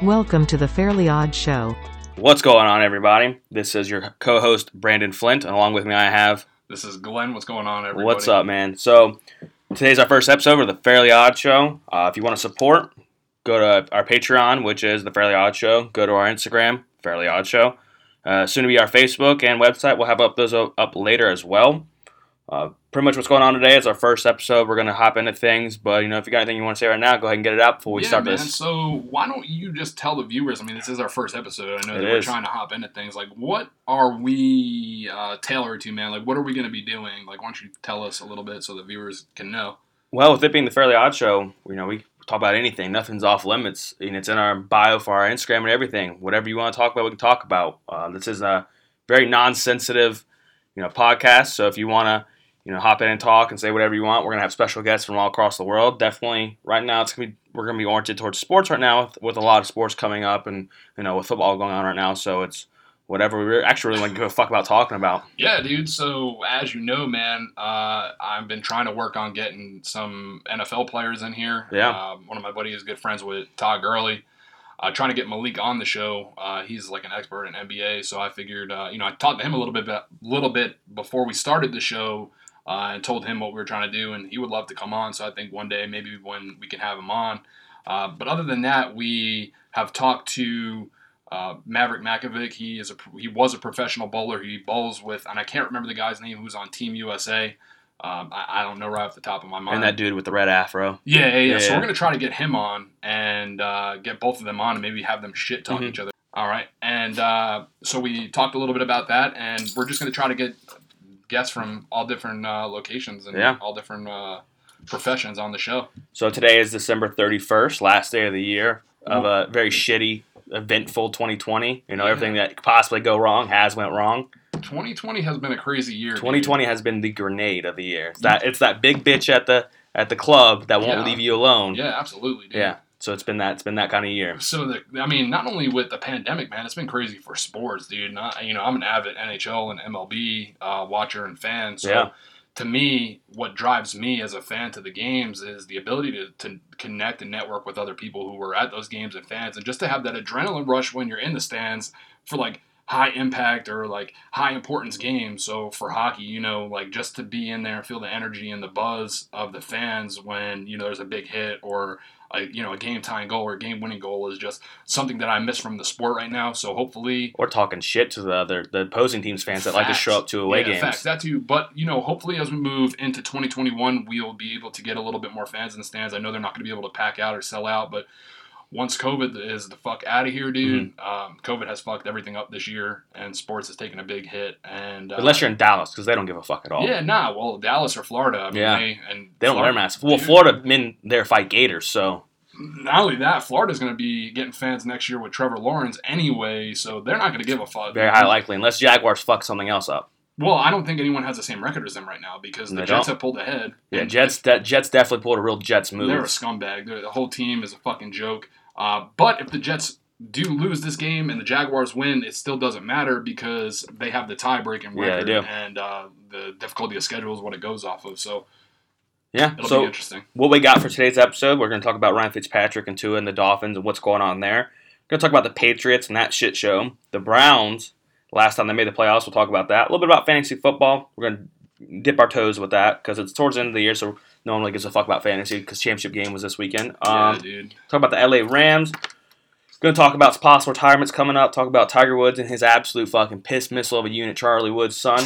Welcome to the Fairly Odd Show. What's going on, everybody? This is your co host, Brandon Flint, and along with me, I have. This is Glenn. What's going on, everybody? What's up, man? So, today's our first episode of the Fairly Odd Show. Uh, if you want to support, go to our Patreon, which is the Fairly Odd Show. Go to our Instagram, Fairly Odd Show. Uh, soon to be our Facebook and website. We'll have up those o- up later as well. Uh, pretty much what's going on today is our first episode. We're gonna hop into things, but you know, if you got anything you want to say right now, go ahead and get it out before we yeah, start man. this. So why don't you just tell the viewers? I mean, this is our first episode. I know It that we're is. trying to hop into things. Like, what are we uh, tailored to, man? Like, what are we going to be doing? Like, why don't you tell us a little bit so the viewers can know? Well, with it being the Fairly Odd Show, you know, we talk about anything. Nothing's off limits. And it's in our bio for our Instagram and everything. Whatever you want to talk about, we can talk about. Uh, this is a very non-sensitive, you know, podcast. So if you want to, you know, hop in and talk and say whatever you want, we're gonna have special guests from all across the world. Definitely, right now it's gonna be we're gonna be oriented towards sports right now with, with a lot of sports coming up and you know with football going on right now. So it's whatever we re- actually really want to give a fuck about talking about. Yeah, dude. So as you know, man, uh, I've been trying to work on getting some NFL players in here. Yeah. Um, one of my buddies is good friends with Todd Gurley. Uh, trying to get Malik on the show. Uh, he's like an expert in NBA, so I figured, uh, you know, I talked to him a little bit, ba- little bit before we started the show, uh, and told him what we were trying to do, and he would love to come on. So I think one day maybe when we can have him on. Uh, but other than that, we have talked to uh, Maverick Makovic. He is a he was a professional bowler. He bowls with, and I can't remember the guy's name who's on Team USA. Um, I, I don't know right off the top of my mind. And that dude with the red afro. yeah, yeah, yeah. So Yeah. we're gonna try to get him on and uh, get both of them on, and maybe have them shit talk Mhm. each other. All right, and uh, so we talked a little bit about that, and we're just gonna try to get guests from all different uh, locations and Yeah. all different uh, professions on the show. So today is December 31st, last day of the year of a Mm-hmm. very shitty, eventful 2020. You know, everything that could possibly go wrong has went wrong. 2020 has been a crazy year. dude. 2020 has been the grenade of the year. It's that it's that big bitch at the at the club that won't Mm-hmm. Yeah. leave you alone. Yeah, absolutely. Dude. Yeah. So it's been that it's been that kind of year. So the, I mean, not only with the pandemic, man, it's been crazy for sports, dude. Not, you know, I'm an avid NHL and MLB uh, watcher and fan. So Yeah. to me, what drives me as a fan to the games is the ability to, to connect and network with other people who were at those games and fans, and just to have that adrenaline rush when you're in the stands for like high impact or like high importance games. So for hockey, you know, like just to be in there and feel the energy and the buzz of the fans when you know there's a big hit or a, you know a game tying goal or a game winning goal is just something that I miss from the sport right now. So hopefully. Or talking shit to the other the opposing team's fans that like to Facts. show up to away Yeah, games. Facts, that too. But you know, hopefully as we move into 2021, we'll be able to get a little bit more fans in the stands. I know they're not going to be able to pack out or sell out, but once COVID is the fuck out of here, dude. Mm-hmm. Um, COVID has fucked everything up this year, and sports has taken a big hit. And uh, Unless you're in Dallas because they don't give a fuck at all. yeah, nah. Well, Dallas or Florida. I mean, Oh. Yeah. They, and They don't wear Florida- masks. Well, dude. Florida men there fight Gators, so Not only that, Florida's going to be getting fans next year with Trevor Lawrence anyway, so they're not going to give a fuck. very high likely unless Jaguars fuck something else up. Well, I don't think anyone has the same record as them right now because the They Jets don't. have pulled ahead. Yeah, And Jets. De- Jets definitely pulled a real Jets move. They're a scumbag. They're- the whole team is a fucking joke. Uh, but if the Jets do lose this game and the Jaguars win, it still doesn't matter because they have the tie-breaking Yeah, they record do. and uh, the difficulty of schedule is what it goes off of. So yeah. it'll be So interesting. what we got for today's episode, we're going to talk about Ryan Fitzpatrick and Tua and the Dolphins and what's going on there. We're going to talk about the Patriots and that shit show. The Browns. Last time they made the playoffs, we'll talk about that. A little bit about fantasy football. We're going to dip our toes with that because it's towards the end of the year, so no one really gives a fuck about fantasy because championship game was this weekend. Um, yeah, dude. talk about the LA Rams. Going to talk about possible retirements coming up. Talk about Tiger Woods and his absolute fucking piss missile of a unit, Charlie Woods' son,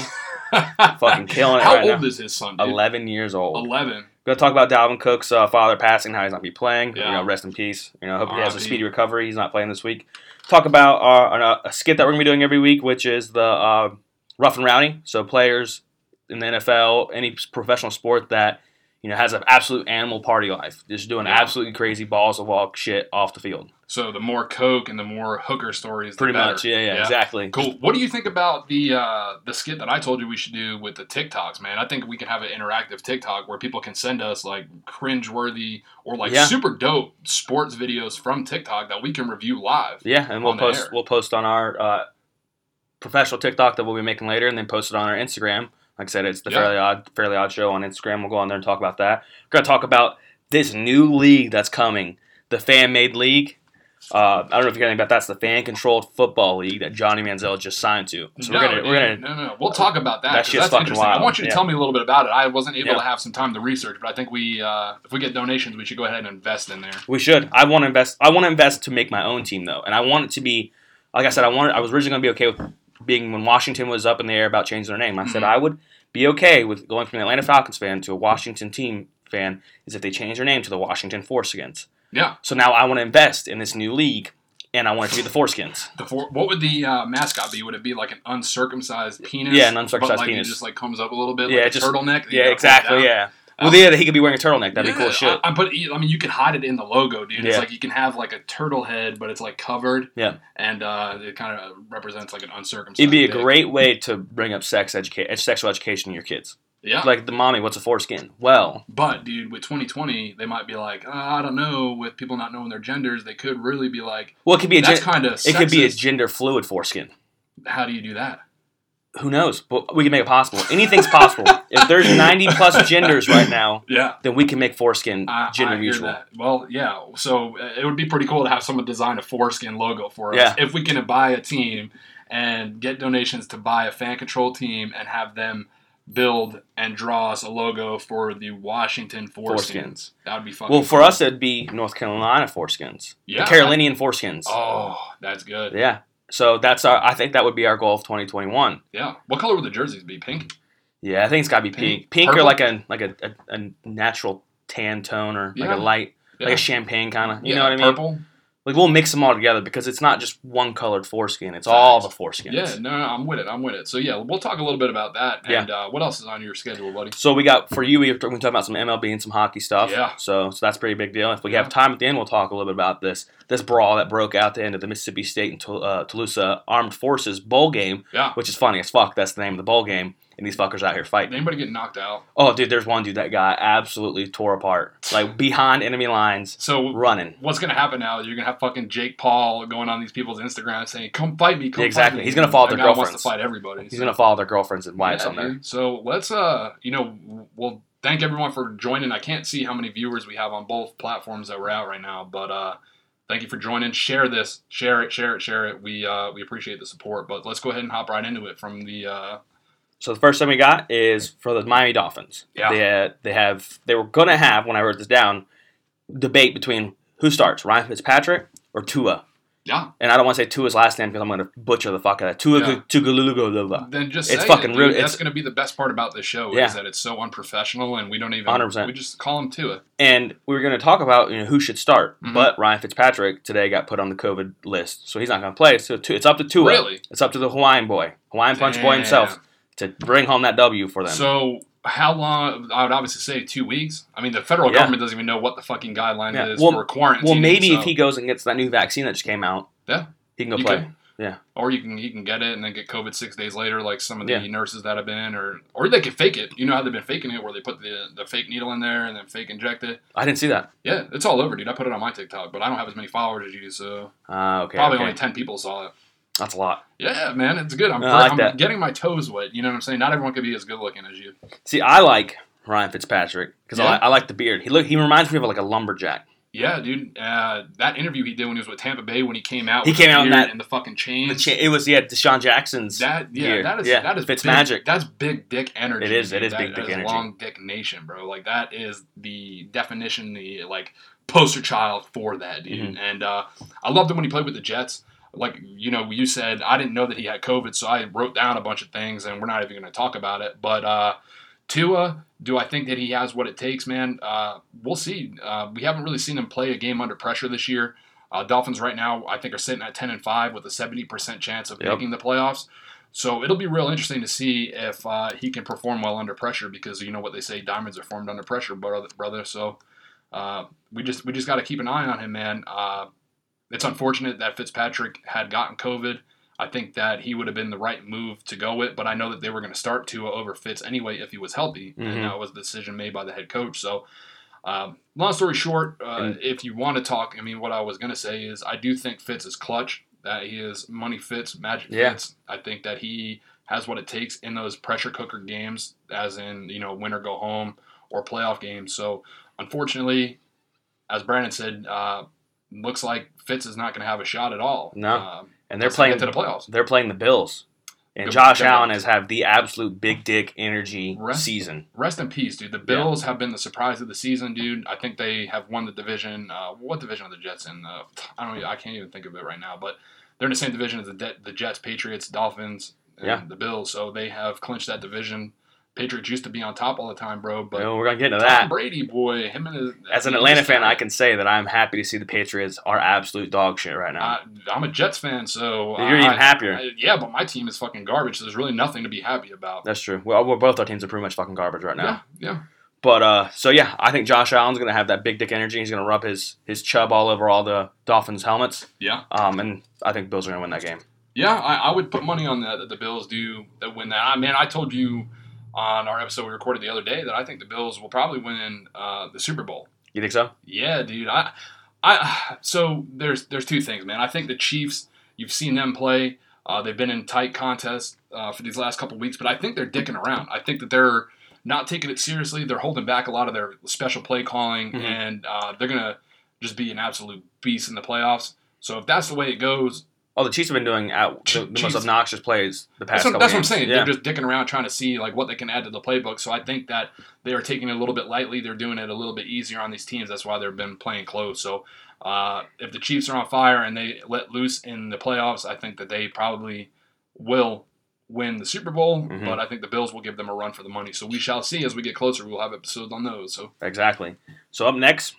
fucking killing it How right now. old is his son? Dude? 11 years old. 11. We're going to talk about Dalvin Cook's uh, father passing, how he's not be playing. Yeah. You know, rest in peace. You know, hope he has a R.I.P.. speedy recovery. He's not playing this week. Talk about our, our- a skit that we're going to be doing every week, which is the uh, rough and rowdy. So players in the NFL, any professional sport that you know has an absolute animal party life, just doing Yeah. absolutely crazy balls of all shit off the field. So the more coke and the more hooker stories, the Pretty better. much, yeah, yeah, exactly. Cool. What do you think about the uh, the skit that I told you we should do with the TikToks, man? I think we can have an interactive TikTok where people can send us like cringeworthy or like Yeah. super dope sports videos from TikTok that we can review live. Yeah, and we'll on post air. we'll post on our uh, professional TikTok that we'll be making later, and then post it on our Instagram. Like I said, it's the Yeah. fairly odd fairly odd show on Instagram. We'll go on there and talk about that. We're gonna talk about this new league that's coming, the fan made league. Uh, I don't know if you hear anything about that. That's the fan-controlled football league that Johnny Manziel just signed to. So no, we're gonna dude, we're gonna no, no, no. We'll talk about that. That 'cause shit's that's fucking interesting. I wild, want you to yeah. tell me a little bit about it. I wasn't able Yeah. to have some time to research, but I think we, uh, if we get donations, we should go ahead and invest in there. We should. I want to invest. I want to invest to make my own team though, and I want it to be, like I said, I wanted. I was originally going to be okay with being when Washington was up in the air about changing their name. I said Mhm. I would be okay with going from an Atlanta Falcons fan to a Washington team fan is if they change their name to the Washington Foreskins. Yeah. So now I want to invest in this new league, and I want it to be the Foreskins. The four, what would the uh, mascot be? Would it be like an uncircumcised penis? Yeah, an uncircumcised but, like, penis. It just like comes up a little bit, Yeah, like a just- turtleneck. that you Yeah, gotta pull exactly. down. Yeah. Um, Well, the idea that he could be wearing a turtleneck, that'd be Yeah, oh, cool as shit. I, I, but you- I mean, you can hide it in the logo, dude. It's Yeah. like you can have like a turtle head, but it's like covered. Yeah. and uh, it kind of represents like an uncircumcised. It'd be a dick. great way to bring up sex education, sexual education in your kids. yeah. Like the mommy, what's a foreskin? Well, But dude, with 2020, they might be like, "Uh, I don't know. With people not knowing their genders, they could really be like, well, it could be a. that's gen- kind of. It could be a gender fluid foreskin. How do you do that? Who knows? But we can make it possible. Anything's possible. if there's 90 plus genders right now, Yeah. then we can make foreskin I, gender I hear neutral. that. Well, yeah. So uh, it would be pretty cool to have someone design a foreskin logo for us Yeah. if we can buy a team and get donations to buy a fan control team and have them build and draw us a logo for the Washington Foreskins. Foreskins. That would be fucking Well, for cool. us, it'd be North Carolina foreskins. Yeah. The Carolinian foreskins. Oh, that's good. Yeah. Yeah. So that's our. I think that would be our goal of 2021. What color would the jerseys be? Pink. Yeah, I think it's got to be Pink. pink. Pink or Purple? like a like a, a, a natural tan tone or like Yeah. a light, Yeah. like a champagne kind of. You Yeah, know what I mean? Purple. Like we'll mix them all together because it's not just one colored foreskin. It's all the Facts. foreskins. Yeah, no, no, I'm with it. I'm with it. So yeah, we'll talk a little bit about that. Yeah. And uh, what else is on your schedule, buddy? So we got for you. We We're talking about some MLB and some hockey stuff. Yeah. So so that's a pretty big deal. If we Yeah. have time at the end, we'll talk a little bit about this this brawl that broke out the end of the Mississippi State and Tul- uh, Tulsa Armed Forces bowl game, Yeah. which is funny as fuck. That's the name of the bowl game, and these fuckers out here fighting. Anybody getting knocked out? Oh, dude, there's one dude that got absolutely tore apart, like behind enemy lines, So running. what's gonna happen now? is You're gonna have fucking Jake Paul going on these people's Instagram saying, "Come fight me, come Yeah, exactly. fight me." He's gonna follow That their guy wants to girlfriends. fight everybody. He's so- gonna follow their girlfriends and wives Yeah, on there. dude. So let's uh, you know, we'll thank everyone for joining. I can't see how many viewers we have on both platforms that we're out right now, but uh, thank you for joining. Share this, share it, share it, share it. We uh, we appreciate the support. But let's go ahead and hop right into it from the uh, So the first thing we got is for the Miami Dolphins. Yeah. They, uh, they have they were gonna have when I wrote this down debate between who starts Ryan Fitzpatrick or Tua, yeah. and I don't want to say Tua's last name because I'm gonna butcher the fuck out of that. Tua Yeah. yeah. Tugulugulova. Then just It's say fucking it, dude. real- That's it's- gonna be the best part about this show Yeah. is that it's so unprofessional and we don't even 100%. we just call him to it. And we were gonna talk about you know who should start, Mhm. but Ryan Fitzpatrick today got put on the COVID list, so he's not gonna play. So Tu- it's up to Tua. Really? It's up to the Hawaiian boy, Hawaiian punch boy himself, to bring home that W for them. So how long? I would obviously say two weeks. I mean, the federal Yeah. government doesn't even know what the fucking guideline Yeah. is Well- for quarantine. well, maybe so- if he goes and gets that new vaccine that just came out, Yeah. he can go You play. could- Yeah. or you can you can get it and then get COVID six days later, like some of the Yeah. nurses that have been in, or or they could fake it. You know how they've been faking it, where they put the the fake needle in there and then fake inject it. I didn't see that. Yeah, it's all over, dude. I put it on my TikTok, but I don't have as many followers as you, so Ah, okay. probably okay. only ten people saw it. That's a lot. Yeah, man, it's good. I'm, I like I'm that. getting my toes wet. You know what I'm saying? Not everyone could be as good looking as you. See, I like Ryan Fitzpatrick because Yeah. I, I like the beard. He look he reminds me of like a lumberjack. Yeah, dude. Uh, that interview he did when he was with Tampa Bay when he came out. He with came the out in beard that- and the fucking The chains. cha- It was yeah, Deshaun Jackson's. That Mm. yeah, beard. that is Yeah, that is Fitz big- magic. That's big dick energy. It is- it dude. is That- big that dick energy. Long dick nation, bro. Like that is the definition, the like poster child for that dude. Mhm. And uh, I loved him when he played with the Jets. Like you know, you said I didn't know that he had COVID, so I wrote down a bunch of things, and we're not even going to talk about it. But uh, Tua, do I think that he has what it takes, man? Uh, we'll see. Uh, we haven't really seen him play a game under pressure this year. Uh, Dolphins right now, I think, are sitting at ten and five with a seventy percent chance of Yep. making the playoffs. So it'll be real interesting to see if uh, he can perform well under pressure because you know what they say, diamonds are formed under pressure, brother. brother. So uh, we just we just got to keep an eye on him, man. Uh, it's unfortunate that Fitzpatrick had gotten COVID. I think that he would have been the right move to go with, but I know that they were going to start Tua over Fitz anyway if he was healthy, Mhm. and that was the decision made by the head coach. So, um, long story short, uh, And- if you want to talk, I mean, what I was going to say is I do think Fitz is clutch. That he is money Fitz, magic Yeah. Fitz. I think that he has what it takes in those pressure cooker games, as in you know win or go home or playoff games. So, unfortunately, as Brandon said, uh, looks like Fitz is not going to have a shot at all. No. Um, and they're unless they playing get to the playoffs. They're playing the Bills, and Good- Josh good Allen luck. has had the absolute big dick energy Rest- season. Rest in peace, dude. The Bills have been the surprise of the season, dude. I think they have won the division. Uh, what division are the Jets in? Uh, I don't. Even, I can't even think of it right now. But they're in the same division as the De- the Jets, Patriots, Dolphins, and Yeah. the Bills. So they have clinched that division. Patriots used to be on top all the time, bro. But Well, Oh, we're gonna get into Tom that. Brady, boy, him and his, As an Atlanta fan, I can say that I'm happy to see the Patriots are absolute dog shit right now. I, I'm a Jets fan, so You're even I- happier. I- yeah, but my team is fucking garbage. So there's really nothing to be happy about. That's true. Well, we're both our teams are pretty much fucking garbage right now. Yeah, yeah. But uh, so yeah, I think Josh Allen's gonna have that big dick energy. He's gonna rub his his chub all over all the Dolphins helmets. Yeah. Um, and I think Bills are gonna win that game. Yeah, I, I would put money on that that the Bills do that win that. I mean, I told you on our episode we recorded the other day that I think the Bills will probably win uh, the Super Bowl. You think so? Yeah, dude. I, I. So there's there's two things, man. I think the Chiefs. You've seen them play. Uh, they've been in tight contests uh, for these last couple weeks, but I think they're dicking around. I think that they're not taking it seriously. They're holding back a lot of their special play calling, Mhm. and uh, they're gonna just be an absolute beast in the playoffs. So if that's the way it goes, Oh, the Chiefs have been doing out the, the Chiefs. most obnoxious plays the past. That's, what, couple that's what I'm games. saying. Yeah. They're just dicking around trying to see like what they can add to the playbook. So I think that they are taking it a little bit lightly. They're doing it a little bit easier on these teams. That's why they've been playing close. So uh, if the Chiefs are on fire and they let loose in the playoffs, I think that they probably will win the Super Bowl. Mhm. But I think the Bills will give them a run for the money. So we shall see as we get closer. We'll have episodes on those. So Exactly. So up next,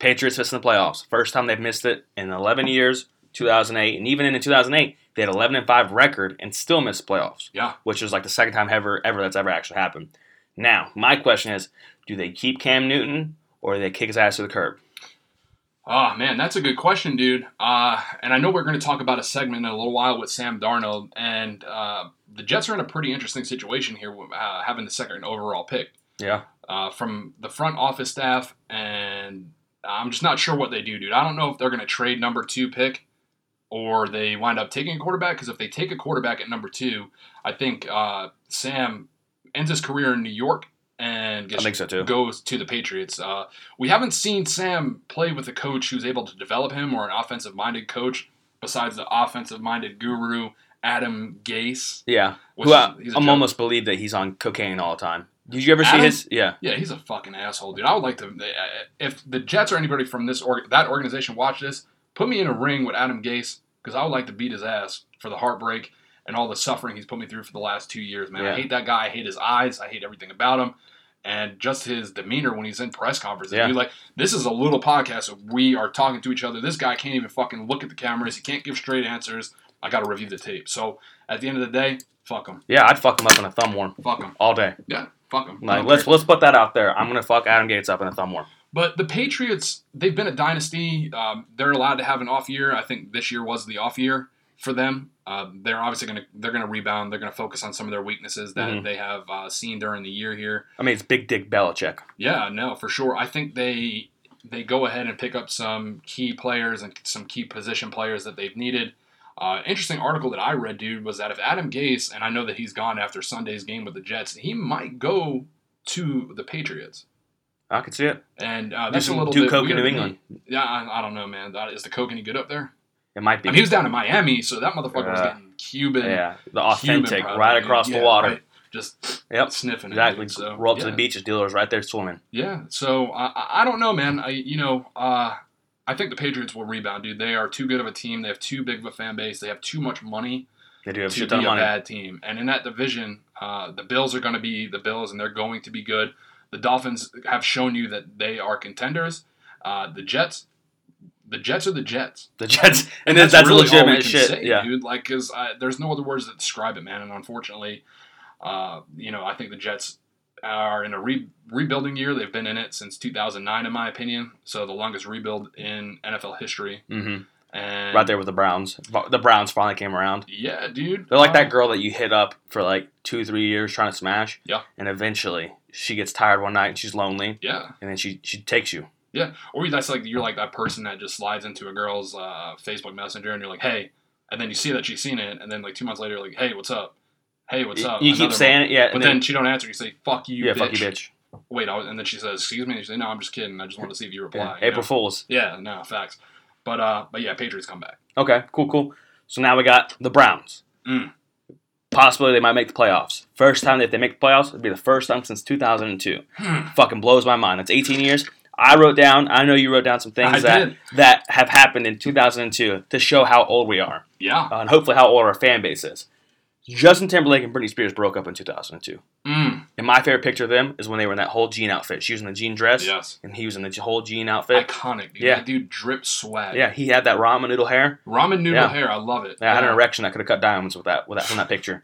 Patriots missing the playoffs. First time they've missed it in 11 years, 2008, and even in 2008, they had 11 and 5 record and still missed playoffs. Yeah. which is like the second time ever ever that's ever actually happened. Now, my question is, do they keep Cam Newton or do they kick his ass to the curb? Oh man, that's a good question, dude. Uh, and I know we're going to talk about a segment in a little while with Sam Darnold, and uh, the Jets are in a pretty interesting situation here, uh, having the second overall pick Yeah, uh, from the front office staff, and I'm just not sure what they do, dude. I don't know if they're going to trade number two pick or they wind up taking a quarterback. Because if they take a quarterback at number two, I think uh, Sam ends his career in New York and I gets think so too. goes to the Patriots. Uh, we haven't seen Sam play with a coach who's able to develop him or an offensive minded coach besides the offensive minded guru Adam Gase. Yeah, Which who uh, I, is- he's a I'm joke. almost believed that he's on cocaine all the time. Did you ever see Adam? his? Yeah, Yeah, he's a fucking asshole, dude. I would like to. uh, If the Jets or anybody from this org, that organization watch this, put me in a ring with Adam Gase because I would like to beat his ass for the heartbreak and all the suffering he's put me through for the last two years, man. Yeah. I hate that guy. I hate his eyes. I hate everything about him. And just his demeanor when he's in press conferences. Yeah. Dude, like, this is a little podcast. Of we are talking to each other. This guy can't even fucking look at the cameras. He can't give straight answers. I got to review the tape. So at the end of the day, fuck him. yeah, I'd fuck him up in a thumb warm Fuck him. all day. Yeah, fuck him. I Like, don't let's care. let's put that out there. I'm gonna fuck Adam Gates up in a thumb warm. But the Patriots, they've been a dynasty. Um, they're allowed to have an off year. I think this year was the off year for them. Uh, they're obviously going to they're going to rebound. They're going to focus on some of their weaknesses that Mhm. they have uh, seen during the year here. I mean, it's Big Dick Belichick. Yeah, no, for sure. I think they they go ahead and pick up some key players and some key position players that they've needed. Uh, interesting article that I read, dude, was that if Adam Gase, and I know that he's gone after Sunday's game with the Jets, he might go to the Patriots. I could see it. And uh, Do, that's a some, little do bit coke in weird New to me. England. Yeah, I, I don't know, man. That, is the coke any good up there? It might I be. mean, he was down in Miami, so that motherfucker was Yeah. getting Cuban. yeah, the Cuban authentic, product, right dude. across Yeah, the water. right. Just Yep. sniffing Exactly. it. dude. So, Roll up yeah. to the beaches, dealers right there swimming. Yeah. So I, I- I don't know, man. I you know uh, I think the Patriots will rebound, dude. They are too good of a team. They have too big of a fan base. They have too much money They do have a to shit be ton of a money. bad team. And in that division, uh, the Bills are going to be the Bills, and they're going to be good. The Dolphins have shown you that they are contenders. Uh, the Jets, the Jets are the Jets. The Jets, and that's, that's legitimate shit. yeah, dude. Like, cause I, there's no other words that describe it, man. And unfortunately, uh, you know, I think the Jets are in a re- rebuilding year. They've been in it since 2009, in my opinion. So the longest rebuild in NFL history. hmm And right there with the Browns. Bo- The Browns finally came around. yeah, dude. They're like that Uh, girl that you hit up for like two, three years trying to smash. Yeah. And eventually, she gets tired one night and she's lonely, Yeah, and then she she takes you. yeah. Or that's like you're like that person that just slides into a girl's uh, Facebook Messenger, and you're like, hey, and then you see that she's seen it, and then like two months later, like, hey, what's up? Hey, what's You- up? you Another keep one. saying it, yeah. But and then, she don't answer. You say, "Fuck you, yeah, bitch." fuck you, bitch. wait, I was, and then she says, excuse me, and she said, no, I'm just kidding. I just wanted to see if you Yeah. reply. you April know? Fools. Yeah, no, facts. But uh, but yeah, Patriots come back. Okay, cool, cool. So now we got the Browns. Mm. Possibility they might make the playoffs. First time that they make the playoffs, it'd be the first time since 2002. Hmm. Fucking blows my mind. It's 18 years. I wrote down, I know you wrote down some things I that, did. that have happened in 2002 to show how old we are Yeah. uh, and hopefully how old our fan base is. Justin Timberlake and Britney Spears broke up in 2002. Mm. And my favorite picture of them is when they were in that whole jean outfit. She was in the jean dress, Yes. and he was in the whole jean outfit. Iconic, dude. Yeah. That dude dripped sweat. yeah, he had that ramen noodle hair. Ramen noodle Yeah. hair. I love it. Yeah, I had an erection. I could have cut diamonds with that, with that from that picture.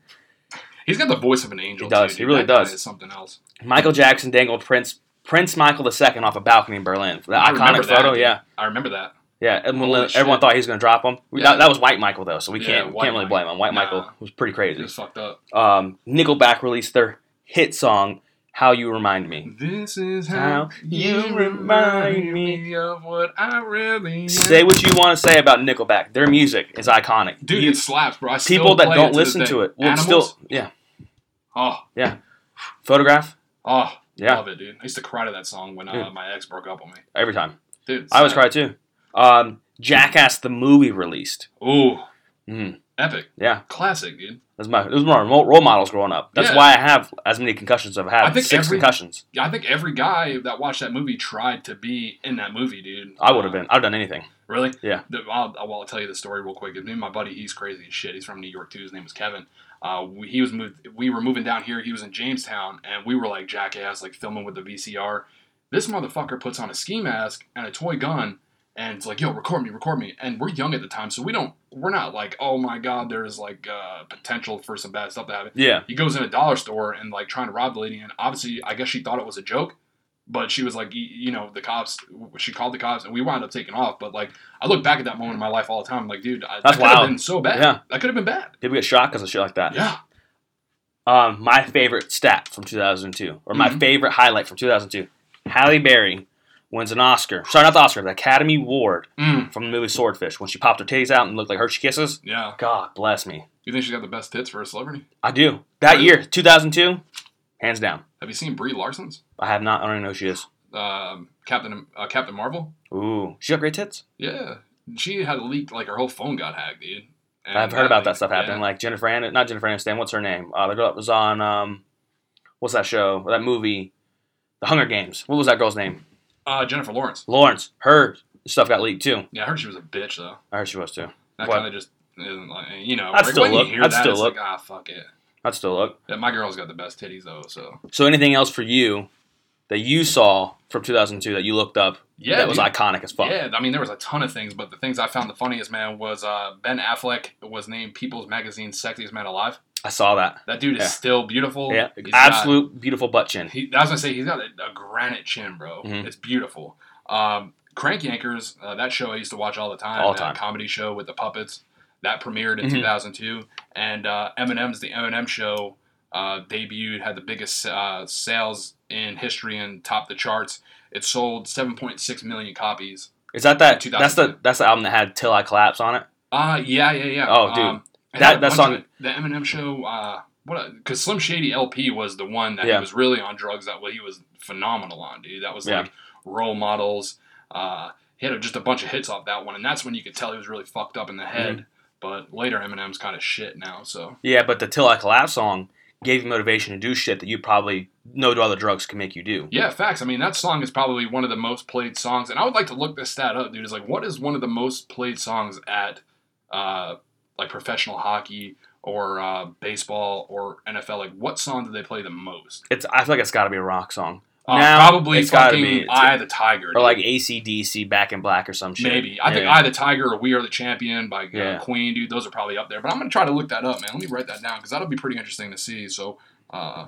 He's got the voice of an angel. He does. too, He dude. really That guy does. is something else. Michael Jackson dangled Prince Prince Michael II off a balcony in Berlin. That I remember iconic photo, that. yeah, I remember that. yeah. And when Holy everyone shit. thought he was going to drop him. We- Yeah. That, that was White Michael though, so we Yeah, can't we White can't really Michael. blame him. White Nah. Michael was pretty He crazy. was fucked up. Um, Nickelback released their hit song "How You Remind Me." This is How how you you remind remind me of what I really am. Say what you want to say about Nickelback. Their music is iconic. Dude, You- it slaps, bro. I still people that play don't to this listen day. to it will Animals? still yeah. Oh, Photograph oh, Yeah. love it, dude. I used to cry to that song when uh, Dude. my ex broke up on me. every time. Dude, I always slap. cry too. Um, Jackass the movie released. Ooh, Mm, epic, yeah. classic, dude. That's my those were my role role models growing up. That's Yeah. why I have as many concussions as I've had. I think Six every- concussions. Yeah, I think every guy that watched that movie tried to be in that movie, dude. I would have Uh, been. I've done anything. Really? Yeah. The- I'll, I'll, I'll tell you the story real quick. Me and my buddy, he's crazy as shit. He's from New York too. His name was Kevin. Uh, we, he was moved. We were moving down here. He was in Jamestown, and we were like jackass, like filming with the VCR. This motherfucker puts on a ski mask and a toy gun, and it's like, "Yo, record me, record me." And we're young at the time, so we don't. We're not like, "Oh my god, there's like uh, potential for some bad stuff to happen." Yeah. He goes in a dollar store and like trying to rob the lady, and obviously, I guess she thought it was a joke, but she was like, y- you know, the cops. She called the cops, and we wound up taking off. But like, I look back at that moment in my life all the time. I'm like, dude, I, That's that could wild. have been so bad. Yeah. That could have been bad. People get shot because of shit like that. Yeah. Um, my favorite stat from 2002, or my Mhm. favorite highlight from 2002, Halle Berry wins an Oscar. Sorry, not the Oscar, the Academy Award Mm. from the movie Swordfish when she popped her titties out and looked like Hershey Kisses. Yeah. God bless me. You think she got the best tits for a celebrity? I do. That year, 2002, hands down. Have you seen Brie Larson's I have not. I don't even know who she is. um, Captain uh, Captain Marvel? Ooh, she got great tits. Yeah. She had leaked like her whole phone got hacked, dude. And I've heard about that stuff yeah. happening. Like Jennifer Aniston, not Jennifer Aniston. What's her name? Uh, the girl that was on um, what's that show? That movie, The Hunger Games. What was that girl's name? Uh, Jennifer Lawrence. Lawrence. Her stuff got leaked too. Yeah, I heard she was a bitch though. I heard she was too. That What? kind of just isn't like you know. I'd like, still when look- You hear I'd that, still it's look. Like, ah, fuck it. That's still look. Yeah, my girl's got the best titties though, so So anything else for you that you saw from 2002 that you looked up yeah, that was dude. iconic as fuck? Yeah, I mean there was a ton of things, but the things I found the funniest man was uh, Ben Affleck was named People's Magazine's sexiest man alive. I saw that. That dude is Yeah. still beautiful. Yeah, He's got- absolute beautiful butt chin. he, I was gonna say he's got a, a granite chin, bro. Mhm. It's beautiful. Um, Crank Yankers, uh, that show I used to watch all the time. All that time. comedy show with the puppets that premiered in Mhm. 2002, and uh, Eminem's the Eminem show uh, debuted had the biggest uh, sales in history and topped the charts. It sold 7.6 million copies. Is that that? 2002. That's the that's the album that had "Till I Collapse" on it. Uh yeah, yeah, yeah. Oh, dude. it That- had that a bunch song- of The Eminem show. Uh, what? Because Slim Shady LP was the one that Yeah. he was really on drugs. That well, he was phenomenal on, dude. That was Yeah. like role models. Uh, he had just a bunch of hits off that one, and that's when you could tell he was really fucked up in the head. Mm-hmm. But later, Eminem's kind of shit now. So Yeah, but the "Till I Collapse" song gave you motivation to do shit that you probably no other drugs can make you do. yeah, facts. I mean, that song is probably one of the most played songs, and I would like to look this stat up, dude. Is like, what is one of the most played songs at, uh, like professional hockey or uh, baseball or NFL? Like, what song do they play the most? It's I feel like it's got to be a rock song Uh, Now, probably it's gotta fucking be- Eye of the Tiger. or dude. like ACDC "Back in Black" or some shit. maybe. I think Yeah. Eye of the Tiger or We Are the Champion by uh, Yeah. Queen, dude. Those are probably up there. But I'm gonna try to look that up, man. Let me write that down because that'll be pretty interesting to see. So, uh,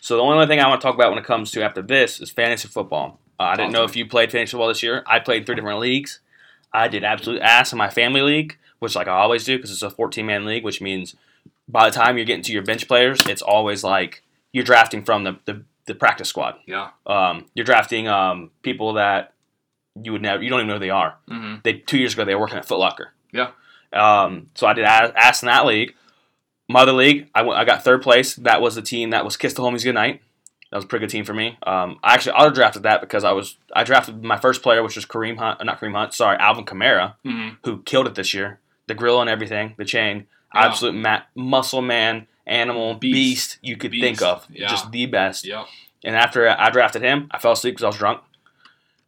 so the only other thing I want to talk about when it comes to after this is fantasy football. Uh, I didn't know if you played fantasy football this year. I played three different leagues. I did absolute ass in my family league, which like I always do because it's a 14 man league, which means by the time you're getting to your bench players, it's always like you're drafting from the the, the practice squad. yeah. Um, you're drafting um, people that you would never, you don't even know who they are. hmm They two years ago they were working at Foot Locker. Yeah. Um, so I did a- ass in that league. Mother league, I went, I got third place. That was the team that was Kiss the Homies Goodnight. That was a pretty good team for me. Um, I actually auto drafted that because I was I drafted my first player, which was Kareem Hunt, uh, not Kareem Hunt, sorry, Alvin Kamara, Mhm. who killed it this year. The grill and everything, the chain, Yeah. absolute ma- muscle man, animal, beast, Beast. you could Beast, think of, yeah. just the best. Yep. And after I drafted him, I fell asleep because I was drunk.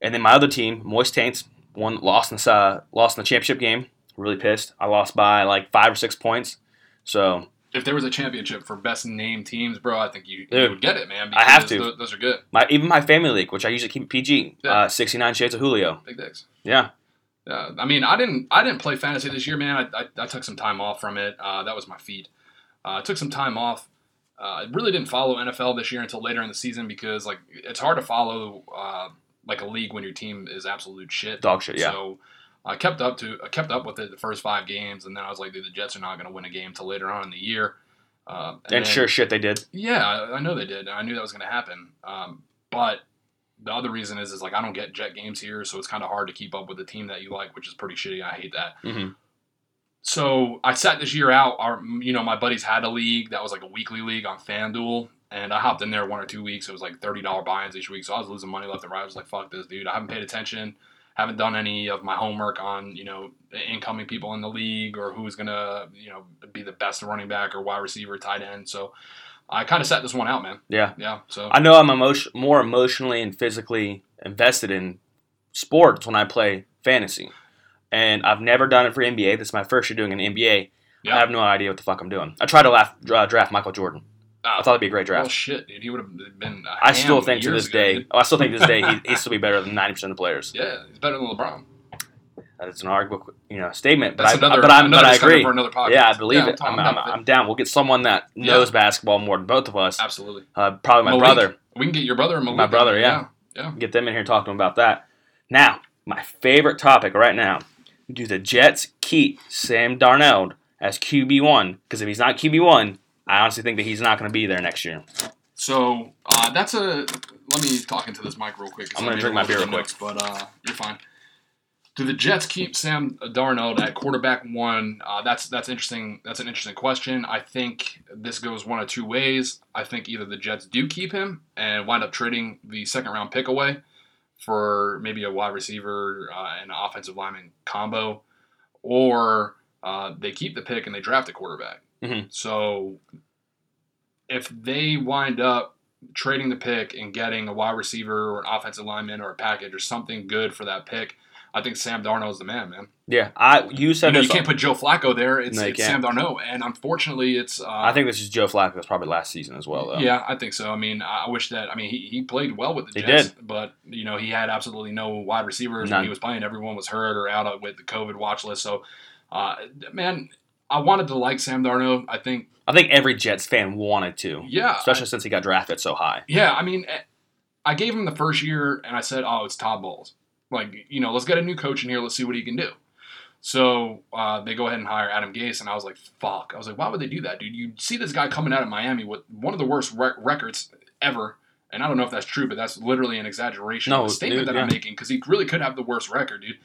And then my other team, Moist Taints, won, lost in the uh, lost in the championship game. Really pissed. I lost by like five or six points. So If there was a championship for best named teams, bro, I think you, you Dude, would get it, man. I have because to. tho- Those are good. my even my family league, which I usually keep PG, Yeah. uh, sixty nine shades of Julio. Big dicks. Yeah, Yeah, I mean, I didn't, I didn't play fantasy this year, man. I, I, I took some time off from it. Uh, that was my feed. Uh, I took some time off. Uh, I really didn't follow NFL this year until later in the season because, like, it's hard to follow uh, like a league when your team is absolute shit. dog shit. Yeah, So I kept up to I kept up with it the first five games, and then I was like, dude, the Jets are not going to win a game till later on in the year. Uh, and then- sure shit they did. yeah, I- I know they did. and I knew that was going to happen. Um, but the other reason is, is like I don't get jet games here, so it's kind of hard to keep up with the team that you like, which is pretty shitty. I hate that. Mhm. So I sat this year out. Our, you know, my buddies had a league that was like a weekly league on FanDuel, and I hopped in there one or two weeks. It was like thirty dollar buy-ins each week, so I was losing money left and right. I was like, "Fuck this, dude! I haven't paid attention." Haven't done any of my homework on you know incoming people in the league or who's gonna you know be the best running back or wide receiver, tight end. So I kind of sat this one out, man. Yeah, Yeah. So I know I'm emotion- more emotionally and physically invested in sports when I play fantasy, and I've never done it for NBA. This is my first year doing an NBA. yeah. I have no idea what the fuck I'm doing. I tried to laugh, dra- draft Michael Jordan. I Oh, thought it'd be a great draft. well, shit, dude. He would have been. a I ham still think to years this ago, day, dude. I still think to this day, he, he'd still be better than ninety percent of the players. Yeah, he's better than LeBron. That's an arguable, you know, statement. But That's I, another. but I'm, another but I discussion agree. For another podcast. Yeah, I believe it. I'm, I'm, i I'm, I'm down. We'll get someone that Yeah. knows basketball more than both of us. absolutely. Uh, probably my Malik. brother. We can get your brother. and Malik My in brother, there, yeah. Yeah. Get them in here talking about that. Now, my favorite topic right now: Do the Jets keep Sam Darnold as QB one? Because if he's not QB one, I honestly think that he's not going to be there next year. So uh, that's a. Let me talk into this mic real quick. 'cause I'm I gonna made drink a my little beer bit real of notes, but uh, you're fine. Do the Jets keep Sam Darnold at quarterback one? Uh, that's that's interesting. That's an interesting question. I think this goes one of two ways. I think either the Jets do keep him and wind up trading the second round pick away for maybe a wide receiver uh, and an offensive lineman combo, or uh, they keep the pick and they draft a quarterback. Mhm. So if they wind up trading the pick and getting a wide receiver or an offensive lineman or a package or something good for that pick, I think Sam Darnold's the man, man. Yeah, I you You, said know, you this. can't put Joe Flacco there. It's, No, you it's Sam Darnold, and unfortunately, it's. Uh, I think this is Joe Flacco's probably last season as well, though. Yeah, I think so. I mean, I I wish that. I mean, he, he played well with the He Jets, but you know, he had absolutely no wide receivers None. when he was playing. Everyone was hurt or out with the COVID watch list. So, uh, man, I wanted to like Sam Darnold. I think, I think every Jets fan wanted to, yeah, especially since he got drafted so high. Yeah, I mean, eh, I gave him the first year, and I said, "Oh, it's Todd Bowles. Like, you know, let's get a new coach in here. Let's see what he can do." So uh, they go ahead and hire Adam Gase, and I was like, "Fuck!" I was like, "Why would they do that, dude? You see this guy coming out of Miami with one of the worst rec- records ever." And I don't know if that's true, but that's literally an exaggeration. No, of the statement dude, that I'm yeah. making because he really could have the worst record, dude.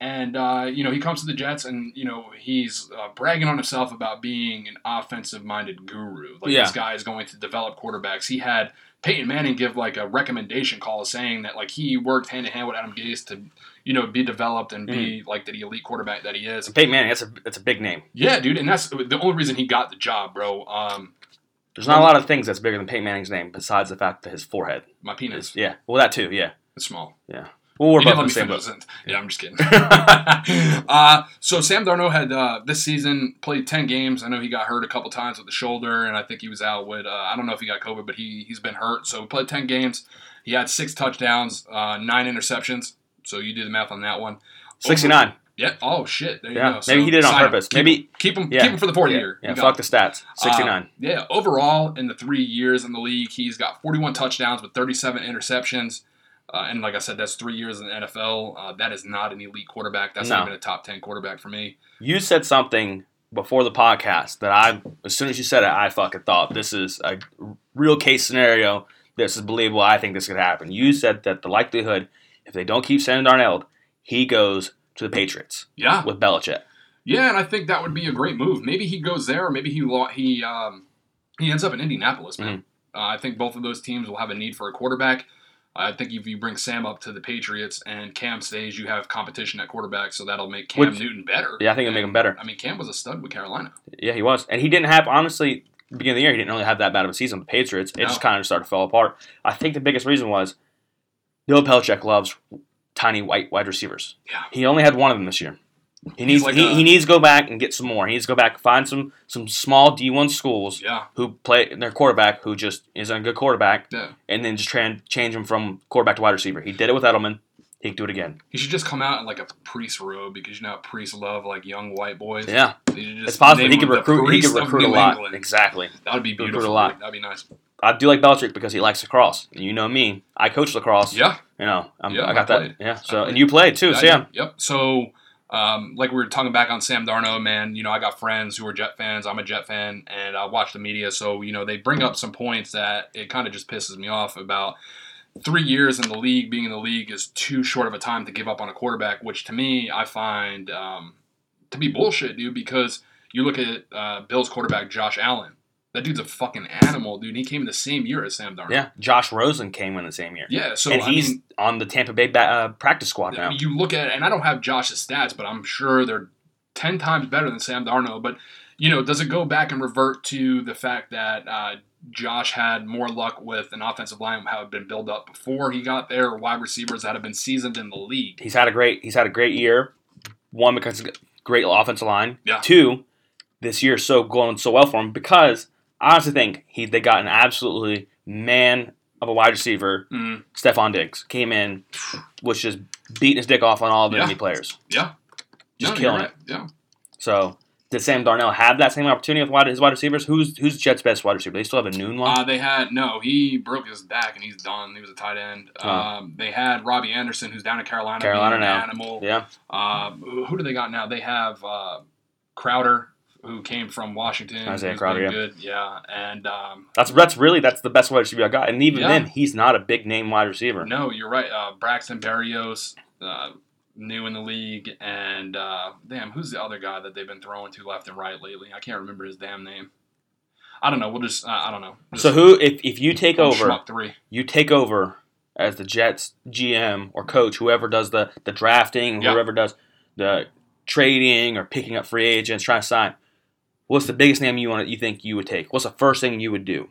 And uh, you know he comes to the Jets, and you know he's uh, bragging on himself about being an offensive-minded guru. Like Yeah. this guy is going to develop quarterbacks. He had Peyton Manning give like a recommendation call saying that like he worked hand in hand with Adam Gase to, you know, be developed and Mm-hmm. be like the elite quarterback that he is. Peyton Manning, that's a that's a big name. Yeah, dude, and that's the only reason he got the job, bro. Um, There's not a lot of things that's bigger than Peyton Manning's name besides the fact that his forehead my is. penis, Yeah, well that too. Yeah, it's small. well we're You both in didn't the let same me boat. finish the sentence. Yeah, I'm just kidding. uh, so Sam Darnold had uh, this season played ten games. I know he got hurt a couple times with the shoulder, and I think he was out with uh, I don't know if he got COVID, but he he's been hurt. So he played ten games. He had six touchdowns, uh, nine interceptions. So you do the math on that one. Sixty nine. Yeah. Oh shit. There you Yeah. go. Maybe he did it on sign him. purpose. Keep Maybe him- keep him. yeah. Keep him for the fourth yeah, year. yeah, You got fuck him. the stats. Sixty nine. Um, yeah. Overall, in the three years in the league, he's got 41 touchdowns with 37 interceptions. Uh, and like I said, that's three years in the NFL. Uh, that is not an elite quarterback. That's No. not even a top 10 quarterback for me. you said something before the podcast that I, as soon as you said it, I fucking thought this is a real case scenario. This is believable. I think this could happen. You said that the likelihood, if they don't keep Sam Darnold, he goes to the Patriots Yeah. with Belichick. Yeah. And I think that would be a great move. Maybe he goes there. Maybe he lo- he um, he ends up in Indianapolis, man. Mm-hmm. Uh, I think both of those teams will have a need for a quarterback. I think if you bring Sam up to the Patriots and Cam stays, you have competition at quarterback, so that'll make Cam Which- Newton better. Yeah, I think it'll make him better. I mean, Cam was a stud with Carolina. Yeah, he was, and he didn't have honestly beginning of the year. He didn't really have that bad of a season. with The Patriots, it just No. kind of started to fall apart. I think the biggest reason was Bill Belichick loves tiny white wide receivers. Yeah. he only had one of them this year. He needs like uh, he, a- he needs to go back and get some more. He needs to go back find some some small D one schools Yeah, who play their quarterback who just isn't a good quarterback, yeah. and then just try and change him from quarterback to wide receiver. He did it with Edelman. He could do it again. He should just come out in like a priest robe because you know how priests love like young white boys. Yeah, They should just it's possible name he could him the recruit. He priest could of recruit a New lot. England. Exactly. That'd be Recruit a beautiful. lot. That'd be nice. I do like Belichick because he likes lacrosse. You know me. I coach lacrosse. Yeah. You know, I'm, Yeah, I got I that. played. Yeah. So played. and you played too. I So yeah. did. Yep. So, um, like we were talking back on Sam Darno, man, you know, I got friends who are Jet fans. I'm a Jet fan, and I watch the media. So, you know, they bring up some points that it kind of just pisses me off about three years in the league, being in the league is too short of a time to give up on a quarterback, which to me, I find um, to be bullshit, dude, because you look at uh, Bill's quarterback, Josh Allen. That dude's a fucking animal, dude. He came the same year as Sam Darno. Yeah. Josh Rosen came in the same year. Yeah, so and I he's mean, on the Tampa Bay ba- uh, practice squad I now. mean, you look at, and I don't have Josh's stats, but I'm sure they're ten times better than Sam Darnold. But you know, does it go back and revert to the fact that uh, Josh had more luck with an offensive line that had been built up before he got there, or wide receivers that have been seasoned in the league? He's had a great. He's had a great year. One because of great offensive line. Yeah. Two, this year so going so well for him because I honestly think he they got an absolutely man of a wide receiver. Mm, Stephon Diggs came in, was just beating his dick off on all the Yeah. enemy players. yeah, Just No, you're killing it. right. Yeah, So did Sam Darnell have that same opportunity with wide, his wide receivers? Who's who's Jets' best wide receiver? They still have a noon one. uh, they had no. He broke his back and he's done. He was a tight end. Oh. Um, they had Robbie Anderson, who's down in Carolina. being Carolina an now. Animal. yeah, Um, who who do they got now? They have uh, Crowder, who came from Washington. Isaiah who's Crowder, been yeah. good, yeah. And um, that's that's really that's the best wide receiver I got. And even Yeah. then, he's not a big name wide receiver. no, you're right. Uh, Braxton Berrios, uh, new in the league, and uh, damn, who's the other guy that they've been throwing to left and right lately? I can't remember his damn name. I don't know. We'll just uh, I don't know. Just So who if if you take one over, schmuck three. you take over as the Jets GM or coach, whoever does the the drafting, Yeah. whoever does the trading or picking up free agents, trying to sign. What's the biggest name you want? You think you would take? What's the first thing you would do?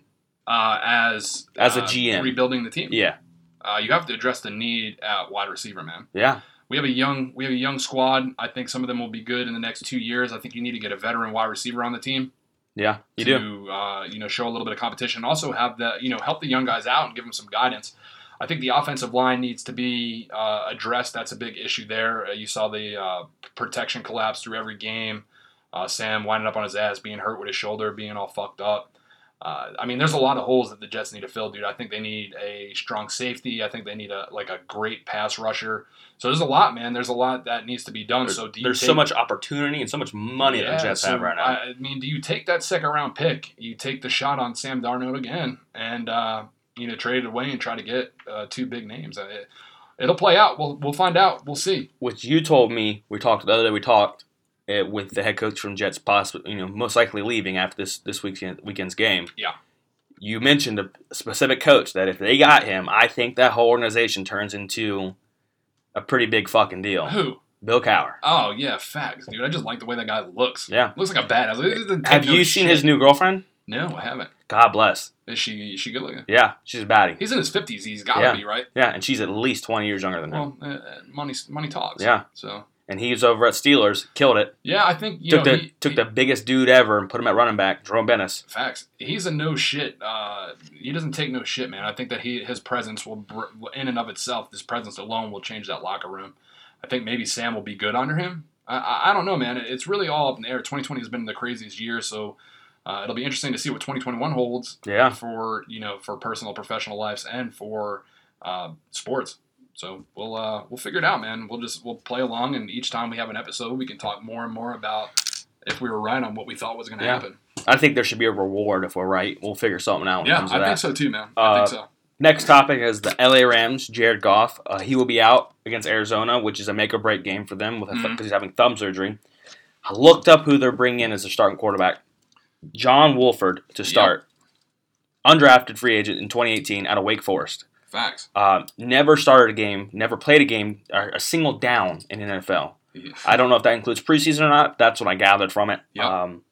Uh, as As a uh, GM. rebuilding the team. Yeah, Uh, you have to address the need at wide receiver, man. yeah, We have a young we have a young squad. I think some of them will be good in the next two years. I think you need to get a veteran wide receiver on the team yeah. You do. to uh, you know show a little bit of competition. And also have the you know help the young guys out and give them some guidance. I think the offensive line needs to be uh, addressed. That's a big issue there. Uh, you saw the uh, p- protection collapse through every game. Uh, Sam winding up on his ass, being hurt with his shoulder, being all fucked up. Uh, I mean, there's a lot of holes that the Jets need to fill, dude. I think they need a strong safety. I think they need a like a great pass rusher. So there's a lot, man. There's a lot that needs to be done. There's, so do you there's so take- much opportunity and so much money that the yeah, Jets so, have right now. I I mean, do you take that second round pick? You take the shot on Sam Darnold again, and uh, you know trade it away and try to get uh, two big names. Uh, It, it'll play out. We'll we'll find out. We'll see. which you told me we talked the other day we talked uh, with the head coach from Jets possibly you know most likely leaving after this this weekend weekend's game. Yeah. You mentioned a specific coach that if they got him, I think that whole organization turns into a pretty big fucking deal. Who? Bill Cower. Oh yeah, facts, dude. I just like the way that guy looks. Yeah. looks like a badass. He doesn't take Have no you seen shit. his new girlfriend? No, I haven't. God bless. Is she is she good looking? Yeah, she's a baddie. He's in his fifties. He's got to Yeah. be right. Yeah, and she's at least twenty years younger than him. Well, uh, uh, money money talks. Yeah. So And he's over at Steelers, killed it. yeah, I think you Took know the he- took he- the biggest dude ever and put him at running back, Jerome Bennis. Facts. He's a no shit. Uh, he doesn't take no shit, man. I think that he his presence will, br- in and of itself, his presence alone will change that locker room. I think maybe Sam will be good under him. I, I, I don't know, man. It- It's really all up in the air. 2020 has been the craziest year, so uh, it'll be interesting to see what 2021 holds Yeah. for you know for personal, professional lives, and for uh, sports. So we'll uh, we'll figure it out, man. We'll just we'll play along, and each time we have an episode, we can talk more and more about if we were right on what we thought was going to Yeah. happen. I think there should be a reward if we're right. We'll figure something out when it Yeah, comes to I that. think so too, man. I Uh, think so. Next topic is the LA Rams, Jared Goff. Uh, he will be out against Arizona, which is a make or break game for them because Mhm. he's having thumb surgery. I looked up who they're bringing in as their starting quarterback. John Wolford to start. undrafted free agent in 2018 out of Wake Forest. Facts. Uh, never started a game, never played a game, or a single down in an NFL. Yeah. I don't know if that includes preseason or not. That's what I gathered from it. Yep. Um,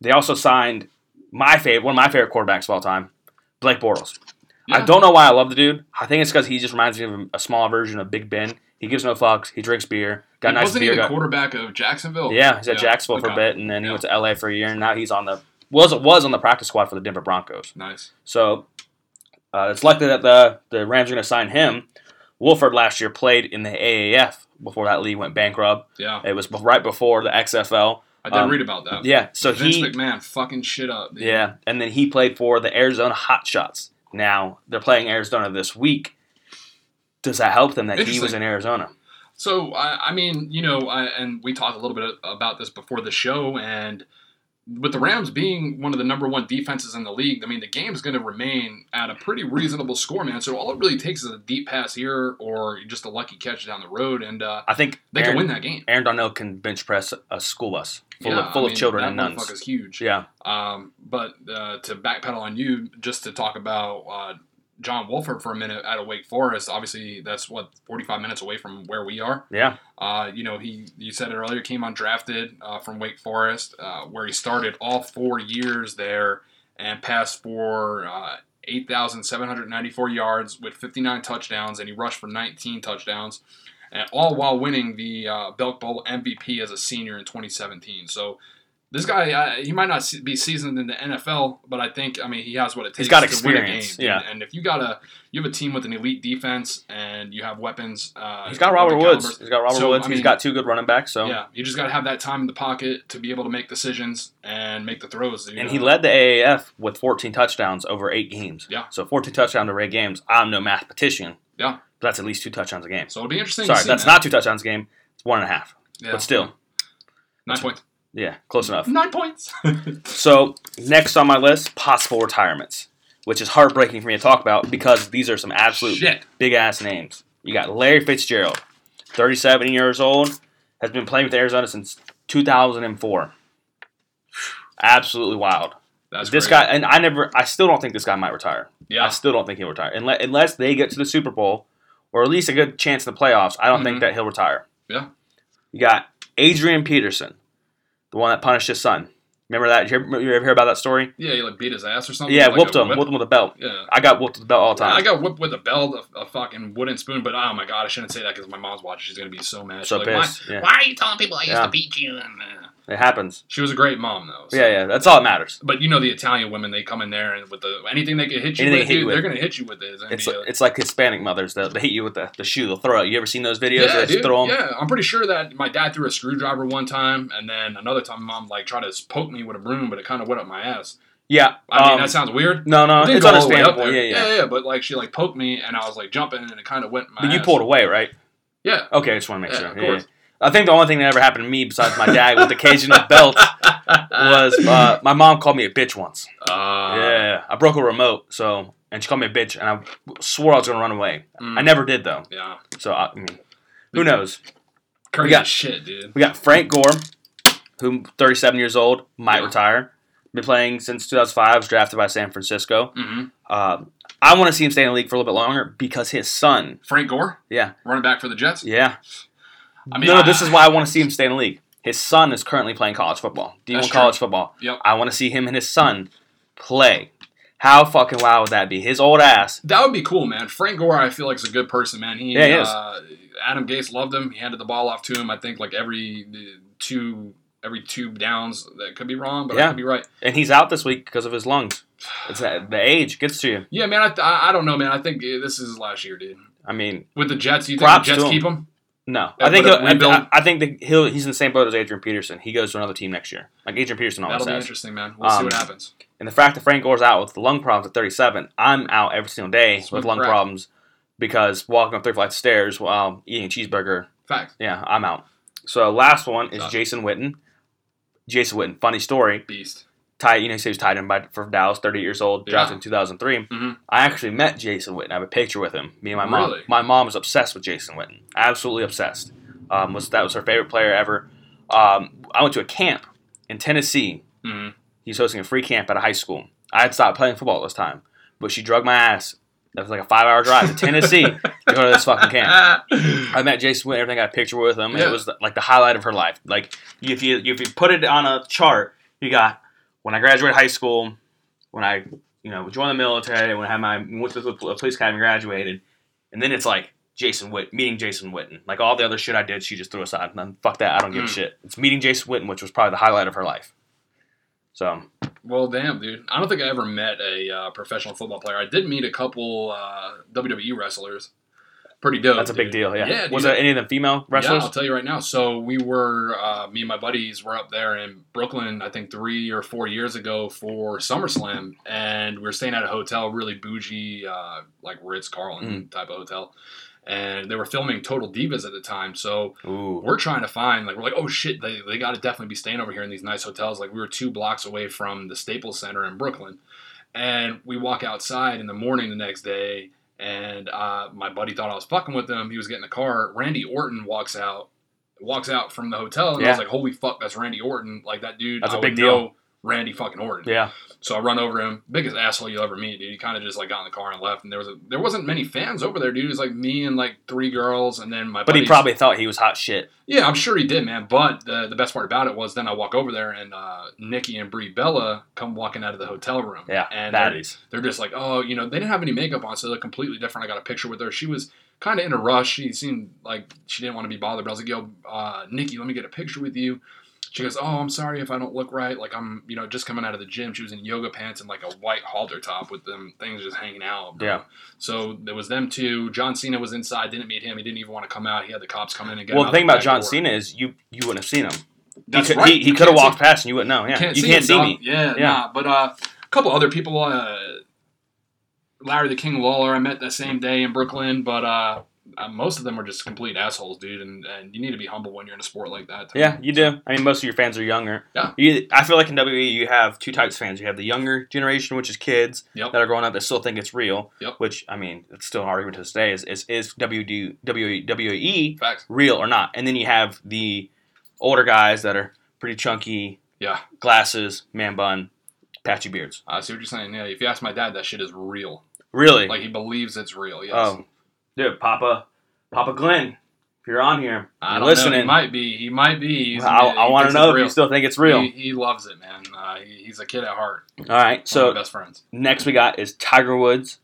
they also signed my favorite, one of my favorite quarterbacks of all time, Blake Bortles. I Yeah. don't know why I love the dude. I think it's because he just reminds me of a small version of Big Ben. He gives no fucks. He drinks beer. Got a nice wasn't beer. he the gut. quarterback of Jacksonville? Yeah, he's at Jacksonville for a Okay. bit, and then he Yeah. went to LA for a year, and now he's on the was was on the practice squad for the Denver Broncos. Nice. So uh, it's likely that the the Rams are going to sign him. Wolford last year played in the AAF before that league went bankrupt. Yeah, It was be- right before the XFL. I did Um, read about that. Yeah, so Vince he McMahon fucking shit up. dude. yeah, and then he played for the Arizona Hotshots. Now they're playing Arizona this week. Does that help them that he was Interesting. in Arizona? So I, I mean, you know, I, and we talked a little bit about this before the show, and with the Rams being one of the number one defenses in the league, I mean, the game's going to remain at a pretty reasonable score, man. So all it really takes is a deep pass here or just a lucky catch down the road, and uh, I think they Aaron, can win that game. Aaron Darnell can bench press a school bus full Yeah, of full I of mean, children that and nuns. motherfucker's huge. Yeah, Um, but uh, to backpedal on you, just to talk about uh, John Wolford for a minute out of Wake Forest. Obviously, that's what 45 minutes away from where we are. yeah, Uh, you know, he you said it earlier, came undrafted uh, from Wake Forest, uh, where he started all four years there and passed for uh, 8,794 yards with 59 touchdowns, and he rushed for 19 touchdowns, and all while winning the uh, Belk Bowl MVP as a senior in 2017. So. This guy, uh, he might not se- be seasoned in the NFL, but I think, I mean, he has what it takes He's got to win a game. experience, yeah. And, and if you got a, you have a team with an elite defense, and you have weapons. Uh, he's got of Robert the Woods. caliber- He's got Robert So, Woods. I he's mean- got two good running backs. So yeah, you just got to have that time in the pocket to be able to make decisions and make the throws. you and know. he led the AAF with 14 touchdowns over eight games. Yeah. So 14 touchdowns over eight games. I'm no mathematician. Yeah. But that's at least two touchdowns a game. So it'll be interesting. Sorry, to see, that's man. not two touchdowns a game. It's one and a half. Yeah. But still, nine points. yeah, close enough. Nine points. So next on my list, possible retirements, which is heartbreaking for me to talk about because these are some absolute Shit. big ass names. You got Larry Fitzgerald, 37 years old, has been playing with Arizona since 2004. Absolutely wild. That's this crazy. guy, and I never, I still don't think this guy might retire. I Yeah. still don't think he'll retire unless, unless they get to the Super Bowl or at least a good chance in the playoffs. I don't think Mhm. that he'll retire. Yeah. You got Adrian Peterson, the one that punished his son. Remember that? You ever, you ever hear about that story? Yeah, he like beat his ass or something. Yeah, like whooped a him, whip. whooped him with a belt. Yeah. I got whooped with a belt all the I time. got whipped with a belt, a, a fucking wooden spoon, but oh my god, I shouldn't say that because my mom's watching. She's gonna be so mad. So She's like, pissed, Why, yeah. why are you telling people I used Yeah. to beat you? And, uh, It happens. she was a great mom though. so- Yeah, yeah. That's all that matters. But you know the Italian women, they come in there and with the anything they can hit Anything you with, they hit dude, you with. they're gonna hit you with it. It's gonna It's be a- it's like Hispanic mothers. They'll, they hit you with the, the shoe. They'll throw it. You ever seen those videos? Yeah, where they dude. just throw 'em? yeah, I'm pretty sure that my dad threw a screwdriver one time, and then another time, mom like tried to poke me with a broom, but it kind of went up my ass. Yeah. I mean, um, that sounds weird. no, no. It didn't It's go all the way up understandable. Yeah, there. yeah. yeah, But like, she like poked me, and I was like jumping, and it kind of went. in My But you ass. pulled away, right? Yeah. Okay, I just want to make Yeah, sure. Uh, of Yeah, yeah. course. I think the only thing that ever happened to me besides my dad with occasional belts was uh, my mom called me a bitch once. Uh, yeah, I broke a remote, so and she called me a bitch, and I swore I was gonna run away. mm, I never did though, Yeah. so I, I mean, who knows? Crazy got- shit, dude. We got Frank Gore, who 37 years old, might Yeah. retire. Been playing since 2005. Was drafted by San Francisco. hmm Um, I want to see him stay in the league for a little bit longer because his son. Frank Gore, Yeah, running back for the Jets. yeah. I mean, no, I- no, this is why I want to see him stay in the league. His son is currently playing college football. D1 That's true. college football. Yep. I want to see him and his son play. How fucking wild would that be? His old ass. That would be cool, man. Frank Gore, I feel like is a good person, man. He, Yeah, he is. Uh, Adam Gase loved him. He handed the ball off to him. I think like every uh, two every two downs. That could be wrong, but I Yeah. could be right. And he's out this week because of his lungs. It's that, the age gets to you. Yeah, man. I, th- I I don't know, man. I think uh, this is his last year, dude. I mean, With the Jets, you think Props the Jets to him. keep him? no. Yeah, I think but he'll, if we build- I, I think that he'll he's in the same boat as Adrian Peterson. He goes to another team next year, like Adrian Peterson always That'll be says. interesting, man. We'll see Um, what happens. And the fact that Frank Gore's out with the lung problems at 37, I'm out every single day Sweet with lung crap. problems because walking up three flights of stairs while eating a cheeseburger Fact. Yeah, I'm out. So last one is Done. Jason Witten. Jason Witten, funny story. Beast. Tied, you know, he said he was tied in by for Dallas, 38 years old, Yeah. drafted in 2003. Mhm. I actually met Jason Witten. I have a picture with him. Me and my mom. Really? My mom was obsessed with Jason Witten. Absolutely obsessed. Um, was that was her favorite player ever. Um, I went to a camp in Tennessee. Mhm. He's hosting a free camp at a high school. I had stopped playing football at this time, but she drug my ass. That was like a five hour drive to Tennessee to go to this fucking camp. I met Jason Witten. Everything I got a picture with him. and Yeah. It was like the highlight of her life. Like if you if you put it on a chart, you got when I graduated high school, when I you know joined the military, when I had my went to the police academy, graduated, and then it's like Jason Witt meeting Jason Witten. Like all the other shit I did, she just threw aside. And then, fuck that, I don't give a Mm. shit. It's meeting Jason Witten, which was probably the highlight of her life. So Well, damn, dude. I don't think I ever met a uh, professional football player. I did meet a couple uh, WWE wrestlers. Pretty dope. that's a big dude. deal. Yeah. Yeah, was dude. there any of them female wrestlers? Yeah, I'll tell you right now. So we were, uh, me and my buddies were up there in Brooklyn, I think three or four years ago for SummerSlam, and we were staying at a hotel, really bougie, uh, like Ritz Carlton type of hotel. And they were filming Total Divas at the time, so Ooh. we're trying to find like we're like oh shit they, they got to definitely be staying over here in these nice hotels like we were two blocks away from the staples center in brooklyn and we walk outside in the morning the next day and uh, my buddy thought i was fucking with him he was getting in the car randy orton walks out walks out from the hotel and i was Yeah. like holy fuck that's randy orton like that dude That's a a big deal. randy fucking orton Yeah. so I run over him, biggest asshole you'll ever meet, dude. He kind of just like got in the car and left, and there was a, there wasn't many fans over there, dude. It was like me and like three girls, and then my. But he buddies- probably thought he was hot shit. yeah, I'm sure he did, man. But the, the best part about it was then I walk over there and uh, Nikki and Brie Bella come walking out of the hotel room. Yeah. and that they're, is. they're just like, oh, you know, they didn't have any makeup on, so they're completely different. I got a picture with her. She was kind of in a rush. She seemed like she didn't want to be bothered. But I was like, yo, uh, Nikki, let me get a picture with you. She goes, oh, I'm sorry if I don't look right. Like I'm, you know, just coming out of the gym. She was in yoga pants and like a white halter top with them things just hanging out. bro. Yeah. So there was them two. John Cena was inside. Didn't meet him. He didn't even want to come out. He had the cops come in and get him. Well, the out thing about back John door. Cena is you you wouldn't have seen him. That's he could, right. He, he You could have can't see- walked past and you wouldn't know. Yeah, you can't him, see dog. me. Yeah, Yeah. nah. But uh, a couple other people, uh, Larry the King Lawler, I met that same day in Brooklyn, but uh, uh, most of them were just complete assholes, dude. And, and you need to be humble when you're in a sport like that. Yeah, you do. I mean, most of your fans are younger. Yeah. You, I feel like in WWE, you have two types of fans. You have the younger generation, which is kids Yep. that are growing up that still think it's real. Yep. Which I mean, it's still an argument to this day: is is, is WD, WWE, WWE Facts. E real or not? And then you have the older guys that are pretty chunky, Yeah. glasses, man bun, patchy beards. I see what you're saying. Yeah. If you ask my dad, that shit is real. Really? Like he believes it's real. Yes. oh, dude, Papa, Papa Glenn, if you're on here, I you're don't know. He listening. might be. He might be. He's- I, he I want to thinks it's know if real. you still think it's real. He, he loves it, man. Uh, he, he's a kid at heart. All right, So so best friends. Next we got is Tiger Woods.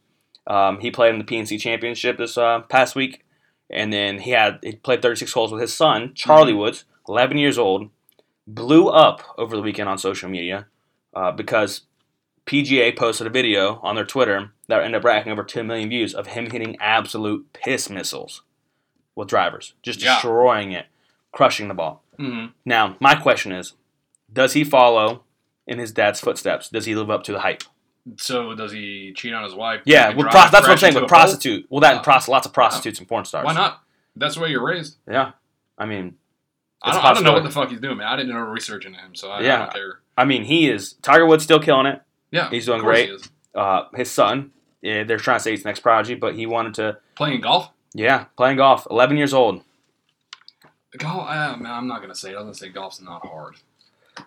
Um, he played in the PNC Championship this uh, past week, and then he had he played 36 holes with his son Charlie Woods, 11 years old. Blew up over the weekend on social media uh, because PGA posted a video on their Twitter that ended up racking over 10 million views of him hitting absolute piss missiles with drivers, just Yeah. destroying it, crushing the ball. hmm Now, my question is, does he follow in his dad's footsteps? Does he live up to the hype? So does he cheat on his wife? Yeah, Drink with and pro- drive that's what I'm crash saying. into With a pole? prostitute, well, that and Oh. pros- lots of prostitutes and porn stars. Why not? That's the way you're raised. Yeah, I mean, I It's don't, I don't know what possible. the fuck he's doing, man. I didn't know research into him, so I, I Yeah. don't care. I mean, he is Tiger Woods still killing it. Yeah, He's doing of course great. he is. Uh, his son, eh, they're trying to say it's next prodigy, but he wanted to. Playing golf. Yeah, playing golf. 11 years old. Golf. Uh, man, I'm not gonna say. It. I was gonna say golf's not hard.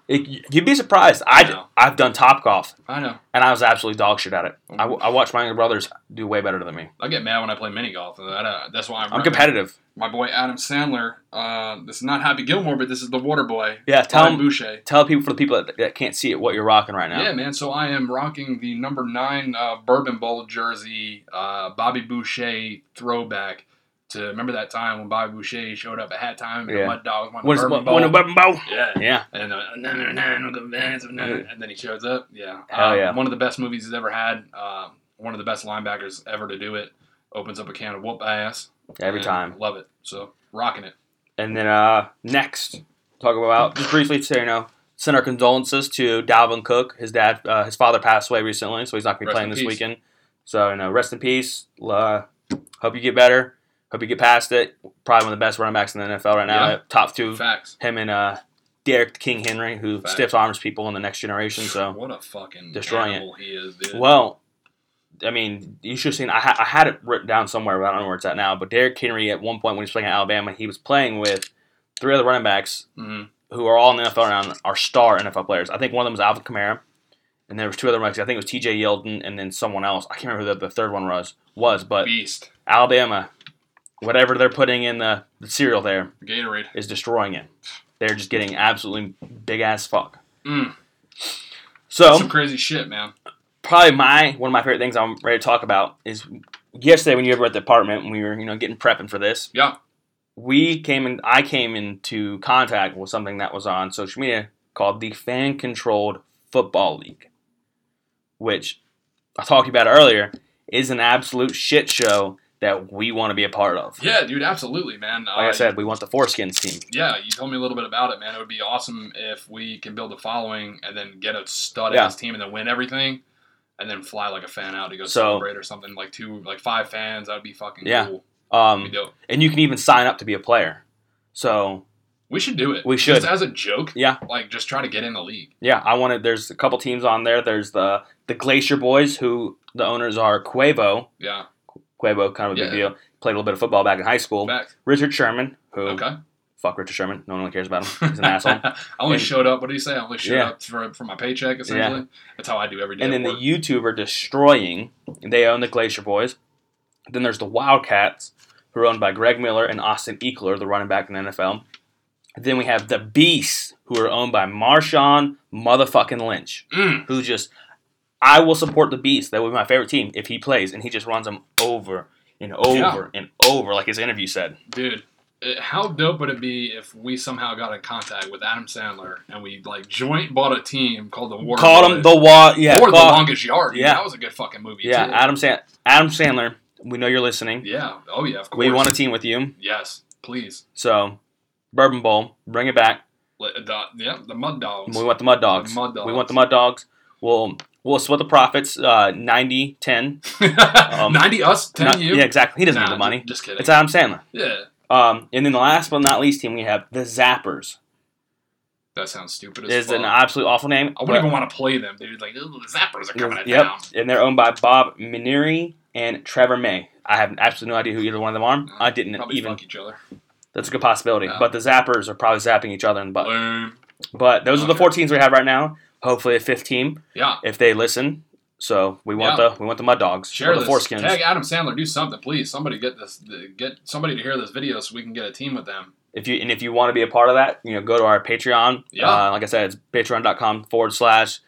It, you'd be surprised. I No. I've done top golf, I know. and I was absolutely dog shit at it. I, w- I watched my younger brothers do way better than me. I get mad when I play mini golf. and That, uh, that's why I'm, I'm competitive. My boy Adam Sandler. Uh, this is not Happy Gilmore, but this is the Water Boy. Yeah, tell Tom them, Boucher. tell people for the people that, that can't see it what you're rocking right now. Yeah, man. So I am rocking the number nine uh, Bourbon Bowl jersey, uh, Bobby Boucher throwback. To remember that time when Bobby Boucher showed up at halftime and the Yeah. Mud Dogs won the What is Bourbon what, what, Bowl. what, yeah, yeah, And uh, nah, nah, nah, nah, nah, nah, nah, nah, and then he shows up. Yeah. Hell Um, Oh, yeah. One of the best movies he's ever had. Uh, one of the best linebackers ever to do it. Opens up a can of whoop ass. every And time. Love it. So rocking it. And then uh, next, talk about just briefly, so you know, send our condolences to Dalvin Cook. His dad, uh, his father passed away recently, so he's not going to be Rest playing in this peace. weekend. So you know, rest in peace. Uh, hope you get better. Hope you get past it. Probably one of the best running backs in the NFL right now. Yeah. Top two, Facts. him and uh, Derek the King Henry, who Fact. stiff arms people in the next generation. So What a fucking Destroying it. animal he is, dude. well. I mean, you should have seen. I, ha- I had it written down somewhere, but I don't know where it's at now. But Derek Henry, at one point when he was playing at Alabama, he was playing with three other running backs Mhm. who are all in the NFL round are star NFL players. I think one of them is Alvin Kamara, and there was two other mics. I think it was T.J. Yeldon and then someone else. I can't remember who the, the third one was. Was but Beast. Alabama, whatever they're putting in the, the cereal there Gatorade. is destroying it. They're just getting absolutely big ass fuck. Mm. So Some crazy shit, man. probably my one of my favorite things I'm ready to talk about is yesterday when you were at the apartment and we were you know getting prepping for this. Yeah. We came in. I came into contact with something that was on social media called the Fan Controlled Football League, which I talked about earlier is an absolute shit show that we want to be a part of. Yeah, dude, absolutely, man. Uh, Like I said, we want the foreskins team. yeah, you told me a little bit about it, man. It would be awesome if we can build a following and then get a stud Yeah. ass team and then win everything, and then fly like a fan out to go So- celebrate or something like two, like five fans. That'd be fucking Yeah. cool. That'd Um, be dope. and you can even sign up to be a player. So We should do it. We should. just as a joke. Yeah. like just try to get in the league. Yeah, I wanted. There's a couple teams on there. There's the the Glacier Boys, who the owners are Quavo. Yeah, Quavo, kind of a big Yeah. deal. Played a little bit of football back in high school. back. Richard Sherman, who Okay, fuck Richard Sherman. No one really cares about him. He's an asshole. I only And- showed up. What do you say? I only showed Yeah. up for, for my paycheck. Essentially, that's how I do every day. And at then the work. YouTuber destroying. They own the Glacier Boys. Then there's the Wildcats, who are owned by Greg Miller and Austin Eckler, the running back in the NFL. Then we have the Beasts, who are owned by Marshawn motherfucking Lynch. Mm, who just I will support the Beast. That would be my favorite team if he plays, and he just runs them over and over and over, like his interview said. dude. It, how dope would it be if we somehow got in contact with Adam Sandler and we like joint bought a team called the War? Called him the wall. Yeah, or the call- longest yard. Yeah, Yeah. that was a good fucking movie. yeah. too. Adam San- Adam Sandler. We know you're listening. yeah. Oh yeah, of course. We want a team with you. Yes, please. So, Bourbon Bowl, bring it back. Let- The, yeah, the Mud Dogs. We want the Mud Dogs. The Mud We Dogs. want the Mud Dogs. We'll we'll split the profits. Uh, 90, 10. Um, Ninety us, ten Not- you. Yeah, exactly. He doesn't Nah, need the money. Just kidding. It's Adam Sandler. yeah, Um, and then the last but not least team we have the Zappers. that sounds stupid. As Is fuck. an absolute awful name. I but- wouldn't even want to play them, dude. Like, ooh, the Zappers are coming to yep. town. And they're owned by Bob Mineri and Trevor May. I have absolutely no idea who either one of them are. I didn't Probably even. fuck each other. That's a good possibility. Yeah. Oh, But the Zappers are probably zapping each other in the butt. Boom. But those are the Okay. four teams we have right now. Hopefully a fifth team Yeah. if they listen. So we want Yeah. the we want the Mud Dogs Share or the this. Foreskins. Tag Adam Sandler. Do something, please. Somebody get this. Get somebody to hear this video so we can get a team with them. If you and if you want to be a part of that, you know, go to our Patreon. Yeah. Uh, like I said, it's patreon.com forward slash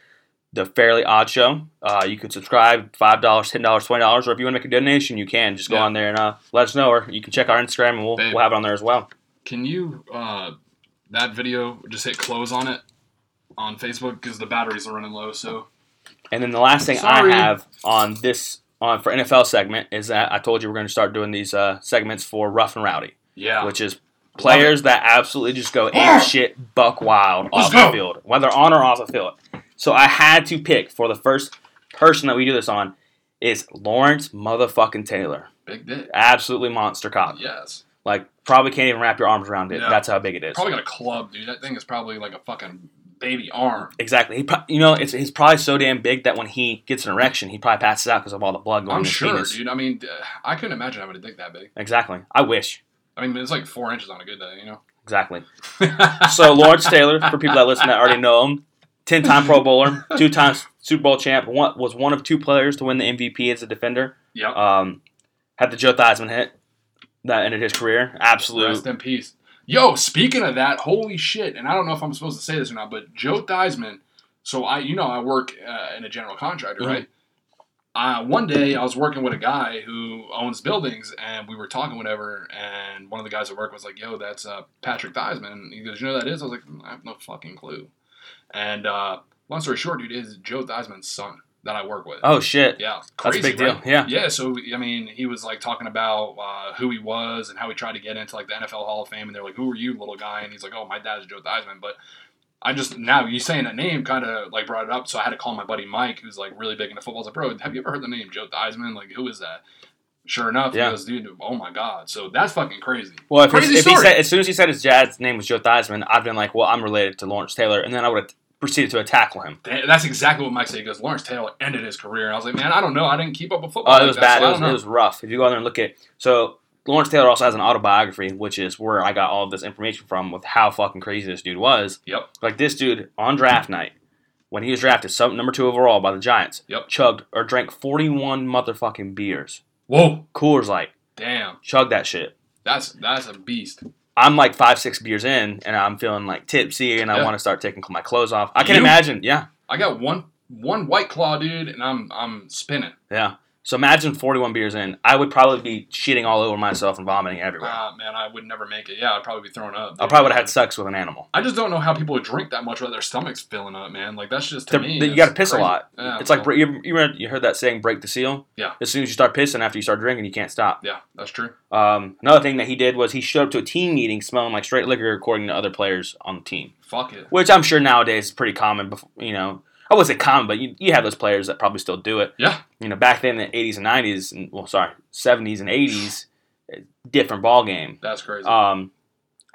the Fairly Odd Show. Uh, you can subscribe five dollars, ten dollars, twenty dollars, or if you want to make a donation, you can just go Yeah. on there and uh, let us know, or you can check our Instagram and we'll, Babe. we'll have it on there as well. Can you uh, that video just hit close on it on Facebook because the batteries are running low. So And then the last thing Sorry. I have on this on for NFL segment is that I told you we're going to start doing these uh, segments for Rough and Rowdy, yeah, which is players that absolutely just go ape shit buck wild Let's off go. the field, whether on or off the field. So I had to pick for the first person that we do this on is Lawrence motherfucking Taylor, big dick. absolutely monster cop. Yes, Like probably can't even wrap your arms around it. Yeah. That's how big it is. probably got a club, dude. That thing is probably like a fucking baby arm. Exactly. He, pro- you know, it's he's probably so damn big that when he gets an erection, he probably passes out because of all the blood going I'm to his sure, penis. dude. I mean, d- I couldn't imagine having a dick that big. Exactly. I wish. I mean, it's like four inches on a good day, you know. Exactly. So Lawrence Taylor, for people that listen that already know him, ten-time Pro Bowler, two-time Super Bowl champ, one, was one of two players to win the MVP as a defender. yep. Um, had the Joe Theismann hit that ended his career. Absolute. Rest in peace. Yo, speaking of that, holy shit! And I don't know if I'm supposed to say this or not, but Joe Theismann. So I, you know, I work uh, in a general contractor, Mhm. right? Uh, one day I was working with a guy who owns buildings, and we were talking whatever. And one of the guys at work was like, "Yo, that's uh, Patrick Theismann." And he goes, "You know who that is?" I was like, "I have no fucking clue." And uh, long story short, dude, it is Joe Theismann's son that I work with. Oh shit. Yeah, That's a crazy, big right? deal. Yeah. Yeah, so I mean, he was like talking about uh, who he was and how he tried to get into like the NFL Hall of Fame, and they're like, "Who are you, little guy?" And he's like, "Oh, my dad's Joe Theismann." But I just now you saying that name kind of like brought it up, so I had to call my buddy Mike, who's like really big into football. I was like, "Bro, have you ever heard the name Joe Theismann? Like, who is that?" Sure enough, Yeah. he goes, "Dude, oh my god!" So that's fucking crazy. Well, if, Crazy his, if he story. said as soon as he said his dad's name was Joe Theismann, I've been like, well, I'm related to Lawrence Taylor, and then I would have proceeded to tackle him. Th- That's exactly what Mike said. He goes, "Lawrence Taylor ended his career." And I was like, "Man, I don't know. I didn't keep up with football." Oh, it like was that, bad. so I It was, don't it know." was rough. If you go out there and look at so Lawrence Taylor also has an autobiography, which is where I got all of this information from with how fucking crazy this dude was. Yep. Like this dude on draft night when he was drafted, some, number two overall by the Giants, Yep. chugged or drank 41 motherfucking beers. Whoa, Coors Light, damn, chug that shit. that's that's a beast. I'm like five, six beers in, and I'm feeling like tipsy, and I Yeah. want to start taking my clothes off. I can You? imagine, yeah, I got one one white claw, dude, and I'm I'm spinning. yeah. So imagine 41 beers in. I would probably be shitting all over myself and vomiting everywhere. Ah, man, I would never make it. Yeah, I'd probably be thrown up. I dude. probably would have had sex with an animal. I just don't know how people would drink that much without their stomachs filling up, man. Like that's just to They're- me. they- you it's gotta piss a crazy. lot. Yeah, It's like well, bre- you, you, remember, you heard that saying, "Break the seal." Yeah. As soon as you start pissing after you start drinking, you can't stop. yeah, that's true. Um, another thing that he did was he showed up to a team meeting smelling like straight liquor, according to other players on the team, Fuck it. which I'm sure nowadays is pretty common. Before, you know, I wouldn't say common, but you, you have those players that probably still do it. Yeah, you know, back then in the 80s and 90s, and, well, sorry, 70s and 80s, a different ball game. that's crazy. Um,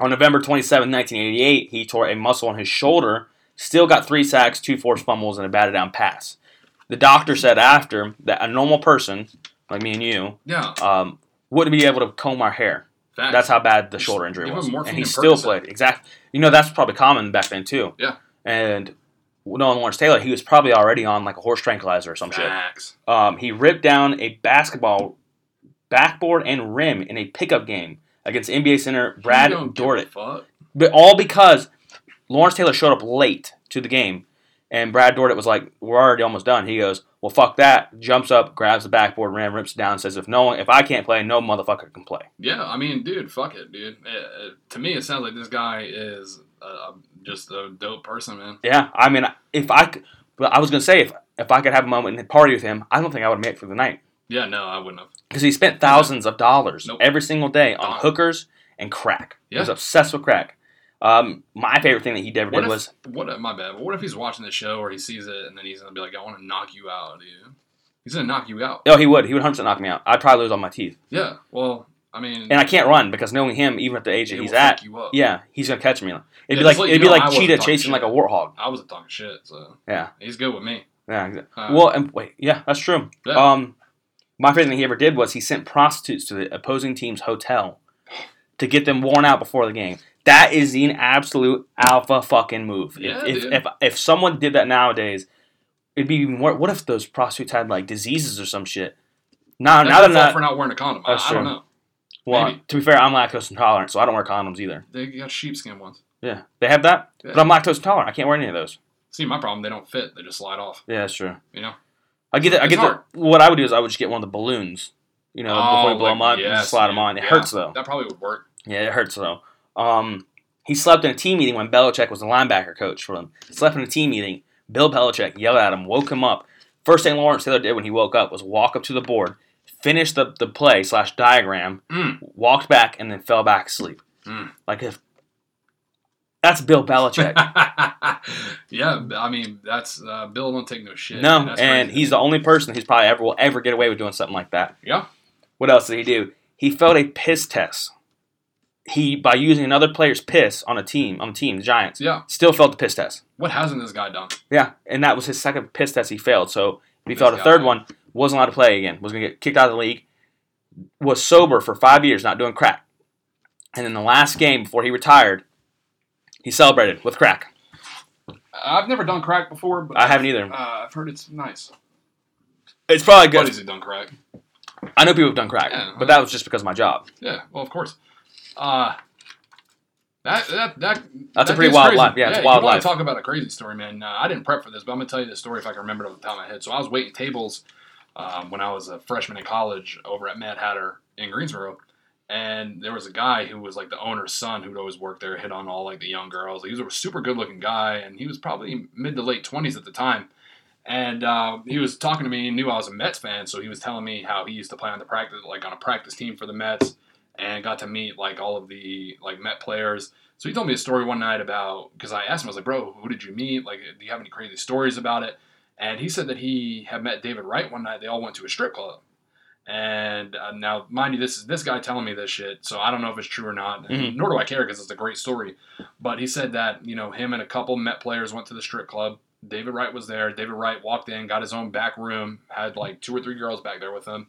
on November 27, 1988, he tore a muscle on his shoulder, still got three sacks, two forced fumbles, and a batted down pass. The doctor said after that a normal person, like me and you, yeah, um, wouldn't be able to comb our hair. facts. That's how bad the Just shoulder injury give him was. morphine And he and still Percocet. played. Exactly. You know, that's probably common back then, too. Yeah. And knowing Lawrence Taylor, he was probably already on like a horse tranquilizer or some shit. facts. Um, he ripped down a basketball backboard and rim in a pickup game against NBA center Brad You don't give a Dortit. Fuck. But all because Lawrence Taylor showed up late to the game, and Brad Dortit was like, "We're already almost done." He goes, "Well, fuck that!" Jumps up, grabs the backboard rim, rips it down, says, "If no one, if I can't play, no motherfucker can play." Yeah, I mean, dude, fuck it, dude. Eh, eh, to me, it sounds like this guy is uh, just a dope person, man. Yeah, I mean, if I, could, but I was gonna say if if I could have a moment and party with him, I don't think I would make it through the night. Yeah, no, I wouldn't have. because he spent thousands of dollars Nope. every single day on Gone. hookers and crack. He was Yeah. obsessed with crack. Um, my favorite thing that he ever What did if, was what if, my bad, but what if he's watching the show or he sees it and then he's gonna be like, I wanna knock you out, dude. He's gonna knock you out. oh he would he would hundred percent knock me out. I'd probably lose all my teeth, Yeah, well, I mean, and I can't run because knowing him, even at the age that it he's will fuck at, you up. yeah, he's gonna catch me. It'd Yeah, be it's like, like, you it'd be know, I like wasn't cheetah talking chasing like a shit. warthog. I wasn't talking shit, so Yeah, he's good with me. yeah. exa- Uh, well, and wait, yeah, that's true. Yeah. Um, my favorite thing he ever did was he sent prostitutes to the opposing team's hotel to get them worn out before the game. That is an absolute alpha fucking move. If- Yeah, if, dude. if, if someone did that nowadays, it'd be even more. What if those prostitutes had like diseases or some shit? No, that's now their they're fault not. for not wearing a condom. I, That's I don't true. know. Well, maybe. to be fair, I'm lactose intolerant, so I don't wear condoms either. They got sheepskin ones. Yeah, they have that, Yeah. but I'm lactose intolerant. I can't wear any of those. See, my problem, they don't fit. They just slide off. Yeah, that's true. You know? I get that. I It's get hard. Oh, that. What I would do is I would just get one of the balloons, you know, before you blow like, them up, and yes, just slide them dude. on. It Yeah, hurts though. That probably would work. Yeah, it hurts though. Um, he slept in a team meeting when Belichick was the linebacker coach for them. Slept in a team meeting. Bill Belichick yelled at him, woke him up. First thing Lawrence Taylor did when he woke up was walk up to the board, finish the, the play slash diagram, Mm. walked back, and then fell back asleep. Mm. Like if that's Bill Belichick. yeah, I mean, that's uh, Bill don't take no shit. no, man. That's and crazy. he's the only person who's probably ever will ever get away with doing something like that. Yeah. What else did he do? He failed a piss test. He by using another player's piss on a team on a team, the Giants. Yeah. Still failed the piss test. What hasn't this guy done? Yeah, and that was his second piss test he failed. So if he This failed a guy. third one, wasn't allowed to play again. Was going to get kicked out of the league. Was sober for five years, not doing crack. And in the last game before he retired, he celebrated with crack. I've never done crack before, but I haven't either. Uh, I've heard it's nice. It's probably What good. is it done crack? I know people have done crack, Yeah. but that was just because of my job. Yeah, well, of course. Uh, that that that That's a that pretty dude's wild crazy. life. Yeah, it's a you wild wanna life. Talk about a crazy story, man. Uh, I didn't prep for this, but I'm gonna tell you the story if I can remember it off the top of my head. So I was waiting tables um, when I was a freshman in college over at Mad Hatter in Greensboro, and there was a guy who was like the owner's son who'd always work there, hit on all like the young girls. He was a super good looking guy, and he was probably mid to late twenties at the time. And uh, he was talking to me. He knew I was a Mets fan, so he was telling me how he used to play on the practice, like on a practice team for the Mets, and got to meet like all of the like Met players. So he told me a story one night about because I asked him, I was like, "Bro, who did you meet? Like, do you have any crazy stories about it?" And he said that he had met David Wright one night. They all went to a strip club. And uh, now, mind you, this is this guy telling me this shit, so I don't know if it's true or not. Mhm. Nor do I care because it's a great story. But he said that you know him and a couple Met players went to the strip club. David Wright was there. David Wright walked in, got his own back room, had like two or three girls back there with him.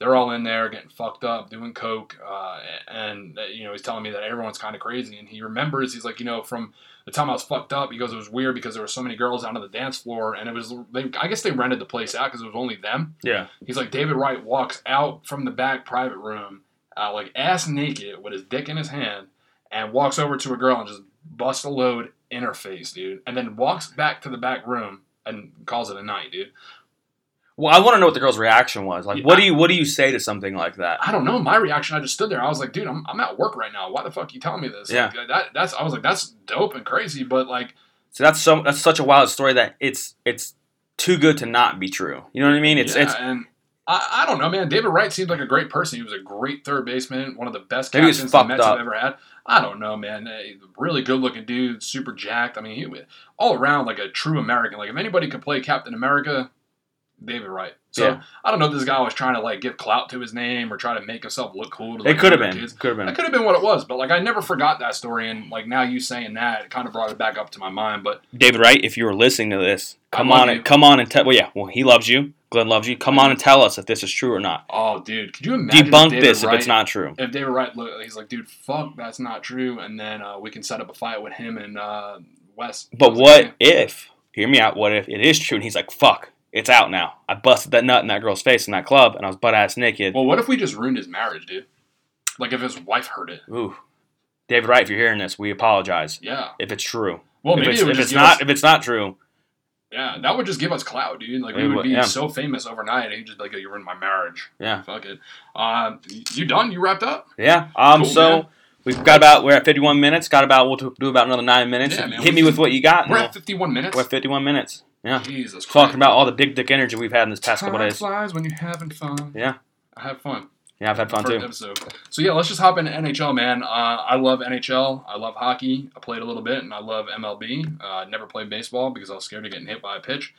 they're all in there getting fucked up, doing coke, uh, and uh, you know he's telling me that everyone's kind of crazy. And he remembers he's like, you know, from the time I was fucked up, he goes, it was weird because there were so many girls out on the dance floor, and it was they, I guess they rented the place out because it was only them. Yeah. He's like, David Wright walks out from the back private room, uh, like ass naked with his dick in his hand, and walks over to a girl and just busts a load in her face, dude, and then walks back to the back room and calls it a night, dude. Well, I want to know what the girl's reaction was. Like, Yeah. what do you what do you say to something like that? I don't know. My reaction, I just stood there. I was like, dude, I'm, I'm at work right now. Why the fuck you telling me this? Yeah. Like, that, that's, I was like, that's dope and crazy, but like, So that's so that's such a wild story that it's it's too good to not be true. You know what I mean? It's yeah, it's and I, I don't know, man. David Wright seemed like a great person. He was a great third baseman, one of the best Maybe he was captains the fucked Mets up. have ever had. I don't know, man. A really good looking dude, super jacked. I mean, he was all around like a true American. Like if anybody could play Captain America, David Wright. So Yeah. I don't know if this guy was trying to like give clout to his name or try to make himself look cool. To, like, it could have younger been kids. could have been. That could have been what it was, but like I never forgot that story, and like now you saying that, it kind of brought it back up to my mind. But David Wright, if you were listening to this, I come love on you. and come on and tell. Well, yeah, well, he loves you. Glenn loves you. Come on and tell us if this is true or not. oh, dude, could you imagine if Debunk David this if Wright- it's not true. If David Wright, look, he's like, dude, fuck, that's not true, and then uh, we can set up a fight with him and uh, Wes. But what if? Hear me out. What if it is true? And he's like, "Fuck, it's out now. I busted that nut in that girl's face in that club, and I was butt ass naked." Well, what if we just ruined his marriage, dude? Like if his wife heard it. Ooh, David Wright, if you're hearing this, we apologize Yeah. if it's true. Well, if maybe it's, it would if just it's give not us- if it's not true, yeah, that would just give us clout, dude. Like we It would would, be yeah. so famous overnight, and he'd just be like, oh, you ruined my marriage. yeah, Fuck it. Uh, you done? You wrapped up? yeah. Um, Cool, so man. we've got about we're at 51 minutes. Got about we'll do do about another nine minutes. Yeah, man, Hit we me can- with what you got. and We're we'll- at 51 minutes. We're at 51 minutes. Yeah. Jesus Christ. Talking about all the big dick energy we've had in this past couple Time days. flies when you're having fun. Yeah. I have fun. Yeah, I've had fun First too. episode. So yeah, let's just hop into NHL, man. Uh, I love NHL. I love hockey. I played a little bit, and I love MLB. Uh, I never played baseball because I was scared of getting hit by a pitch.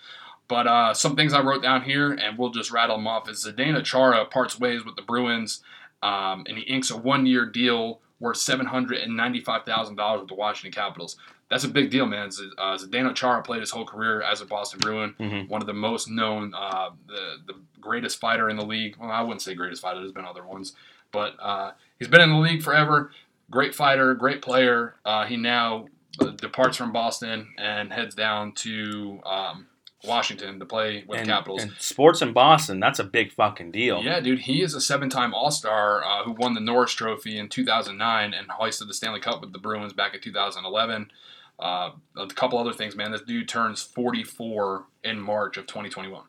But uh, some things I wrote down here, and we'll just rattle them off. Is Zdeno Chara parts ways with the Bruins, um, and he inks a one-year deal worth seven hundred and ninety-five thousand dollars with the Washington Capitals. That's a big deal, man. Z- Uh, Zdeno Chara played his whole career as a Boston Bruin Mhm. one of the most known, uh, the the greatest fighter in the league. Well, I wouldn't say greatest fighter. There's been other ones, but uh, he's been in the league forever. Great fighter, great player. Uh, he now uh, departs from Boston and heads down to um, Washington to play with And, the Capitals. and sports in Boston, that's a big fucking deal. Yeah, dude, he is a seven-time All-Star uh, who won the Norris Trophy in 2009 and hoisted the Stanley Cup with the Bruins back in 2011. Uh, a couple other things, man. This dude turns 44 in March of 2021.